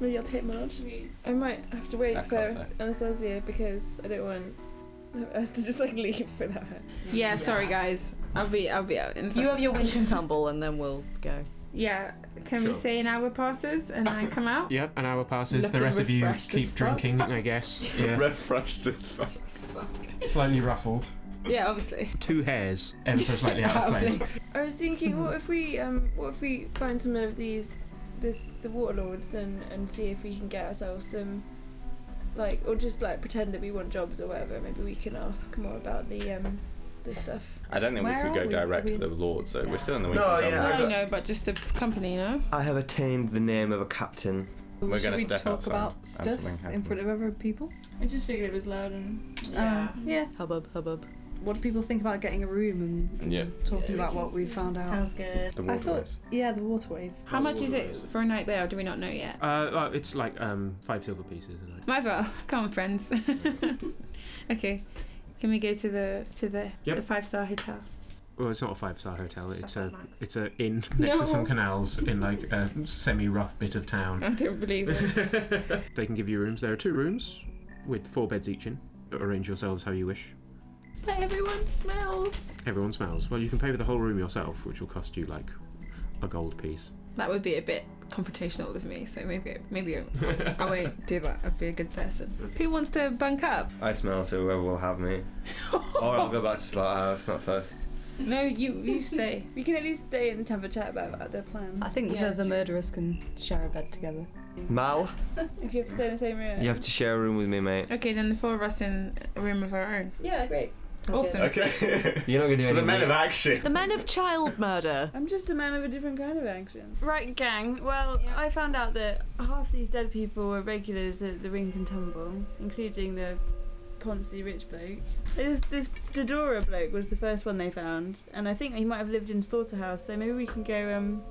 Maybe I'll take Marge. I might have to wait That costs for that. Anastasia because I don't want us to just like leave without her. Yeah, sorry guys. I'll be I'll be out in You have your wink and tumble, and then we'll go. Yeah. Can we Sure. say an hour passes and I (laughs) come out? Yep, an hour passes. the Looking rest of you refreshed as keep fuck. drinking, I (laughs) guess. Yeah. Refreshed as fuck. slightly ruffled. Yeah, obviously. Two hairs, ever so slightly out of place. (laughs) I was thinking, what if we um, what if we find some of these, this the warlords and and see if we can get ourselves some, like or just like pretend that we want jobs or whatever. Maybe we can ask more about the um, the stuff. I don't think Where we could are go we? direct Are we- to the Lords, though. We're still in the No, Winter yeah, Government. I I got- know, but just the company, no? I have attained the name of a captain. We're Should going to we step talk outside about and stuff something happens. in front of other people? I just figured it was loud and Yeah. Um, yeah. Hubbub, hubbub. What do people think about getting a room and, and Yeah. talking about what we found out? Sounds good. the I waterways. thought, yeah, the waterways. How much is it for a night there, or do we not know yet? Uh, uh, it's like um, five silver pieces. And Might as well. (laughs) Come on, friends. okay. Can we go to the to the, Yep. the five star hotel? well, it's not a five-star hotel. It's a That's not nice. it's a inn next to some canals in like a semi-rough bit of town. Uh-huh. I don't believe it. They can give you rooms. There are two rooms with four beds each in. Arrange yourselves how you wish. but everyone smells. Everyone smells. Well, you can pay for the whole room yourself, which will cost you like a gold piece. That would be a bit confrontational with me, so maybe maybe I- (laughs) I won't do that. I'd be a good person. Who wants to bunk up? I smell, so whoever will (laughs) have me. or I'll go back to slaughterhouse, not first. No, you you stay. (laughs) we can at least stay and have a chat about other plans. I think Yeah. the, the murderers can share a bed (laughs) together. Mal, If you have to stay in the same room. you have to share a room with me, mate. Okay, then the four of us in a room of our own. Yeah, great. Awesome. Okay. You're not gonna do so the anything. men of action. The men of child murder. I'm just a man of a different kind of action. Right, gang. Well, I found out that half these dead people were regulars at the Rink and Tumble, including the Ponzi rich bloke. This this Dodora bloke was the first one they found, and I think he might have lived in Slaughterhouse. So maybe we can go um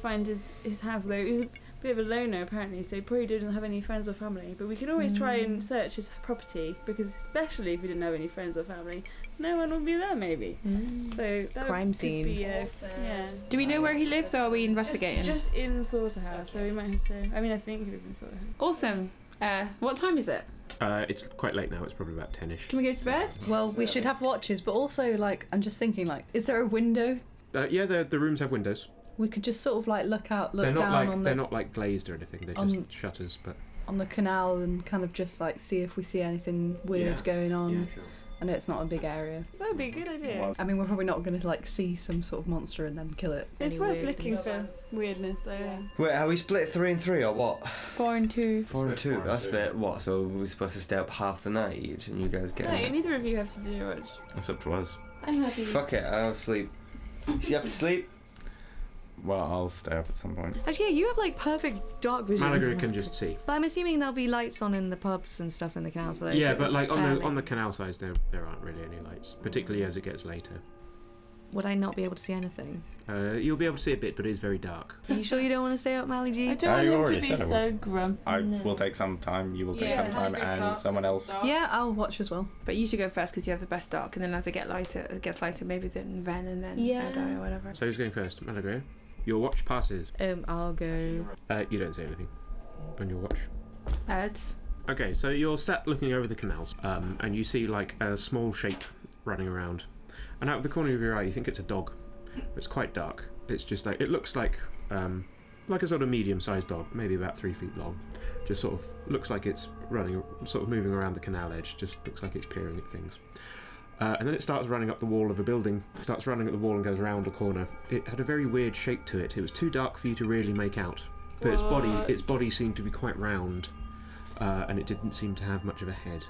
find his his house. Though he was a bit of a loner apparently, so he probably didn't have any friends or family. But we could always try and search his property because, especially if we didn't have any friends or family, no one would be there maybe. Mm. So that Crime could scene. Be, uh, yeah. Do we know where he lives, or are we Just, investigating? just in slaughterhouse, so we might have to. I mean, I think he was in slaughterhouse. Awesome. Uh, what time is it? Uh, it's quite late now. It's probably about ten-ish. Can we go to bed? Well, we should have watches, but also, like, I'm just thinking, like, is there a window? Uh, yeah, the the rooms have windows. We could just sort of like look out, look they're not down like on they're the not like glazed or anything. They're on- just shutters. But on the canal and kind of just like see if we see anything weird Yeah. going on. yeah, sure. I know it's not a big area. That would be a good idea. I mean, we're probably not going to like see some sort of monster and then kill it. it's Any worth weird- looking for weirdness, though. Yeah. Wait, are we split three and three or what? Four and two. Four Split and two. four and That's two. split what? So we're supposed to stay up half the night each, and you guys get. No, neither of you have to do it. That's up to us. I'm happy. Fuck it, I'll sleep. You have to sleep. Well, I'll stay up at some point. Actually, yeah, you have like perfect dark vision. Malagru can just see. But I'm assuming there'll be lights on in the pubs and stuff in the canals. But yeah, but like on the on the canal sides, there there aren't really any lights, particularly as it gets later. Would I not be able to see anything? Uh, you'll be able to see a bit, but it is very dark. Are you sure you don't want to stay up, Mally G? I Oh, don't you want already him to be said I so grumpy. I will take some time. You will take some time, and someone else. Yeah, I'll watch as well. But you should go first because you have the best dark, and then as it get lighter, it gets lighter. Maybe then Ven and then Yeah. Edo or whatever. So who's going first? Malagru. Your watch passes. Um, I'll go. Uh, you don't say anything on your watch. Ads. Okay, so you're sat looking over the canals, um, and you see like a small shape running around, and out of the corner of your eye, you think it's a dog. It's quite dark. It's just like it looks like um, like a sort of medium-sized dog, maybe about three feet long. Just sort of looks like it's running, sort of moving around the canal edge. Just looks like it's peering at things. Uh, and then it starts running up the wall of a building. It starts running at the wall and goes round a corner. It had a very weird shape to it. It was too dark for you to really make out, but its body its What? body seemed to be quite round uh, and it didn't seem to have much of a head.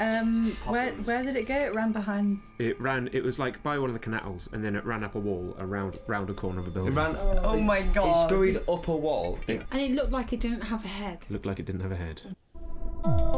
Um, where where did it go? It ran behind. It ran. It was like by one of the canals, and then it ran up a wall around round a corner of a building. Oh my god. It scurried up a wall. It And it looked like it didn't have a head. Looked like it didn't have a head.